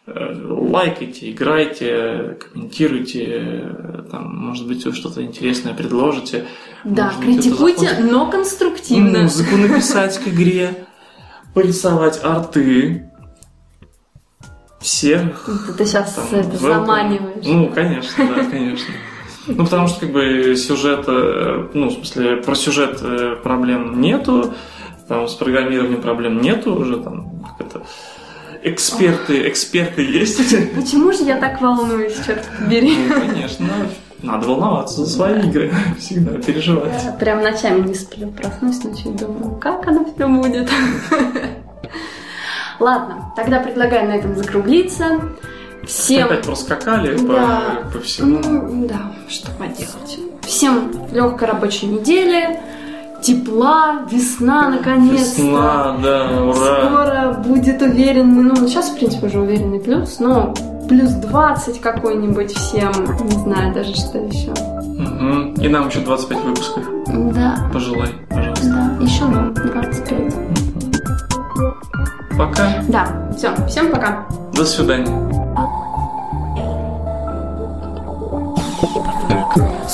[SPEAKER 2] Э, лайкайте, играйте, комментируйте, э, там, может быть, вы что-то интересное предложите.
[SPEAKER 1] Да,
[SPEAKER 2] Может быть, это
[SPEAKER 1] критикуйте,
[SPEAKER 2] заходит.
[SPEAKER 1] но конструктивно.
[SPEAKER 2] Музыку написать к игре, порисовать арты. Всех.
[SPEAKER 1] Ты сейчас
[SPEAKER 2] там,
[SPEAKER 1] это
[SPEAKER 2] welcome.
[SPEAKER 1] заманиваешь.
[SPEAKER 2] Ну, конечно, да, конечно. Ну, потому что, как бы, сюжета, э, ну, в смысле, про сюжет э, проблем нету, там, с программированием проблем нету уже, там, как это, эксперты, эксперты есть.
[SPEAKER 1] Почему же я так волнуюсь, черт побери?
[SPEAKER 2] Ну, конечно. Надо волноваться за свои игры. Всегда переживать.
[SPEAKER 1] Я Прям ночами не сплю, проснусь ночью и думаю, как оно все будет. Ладно, тогда предлагаю на этом закруглиться. Всем...
[SPEAKER 2] Опять проскакали
[SPEAKER 1] Да.
[SPEAKER 2] по, по всему.
[SPEAKER 1] Ну, да, что поделать. Всем легкой рабочей недели, тепла, весна наконец-то.
[SPEAKER 2] Весна, да, ура.
[SPEAKER 1] Скоро будет уверенный, ну, сейчас, в принципе, уже уверенный плюс, но плюс 20 какой-нибудь всем, не знаю даже, что еще.
[SPEAKER 2] Мгм. И нам еще 25 выпусков.
[SPEAKER 1] Да,
[SPEAKER 2] Пожелай, пожалуйста.
[SPEAKER 1] да, ну, еще нам 25.
[SPEAKER 2] Пока.
[SPEAKER 1] Да, все, всем пока.
[SPEAKER 2] До свидания.
[SPEAKER 3] Across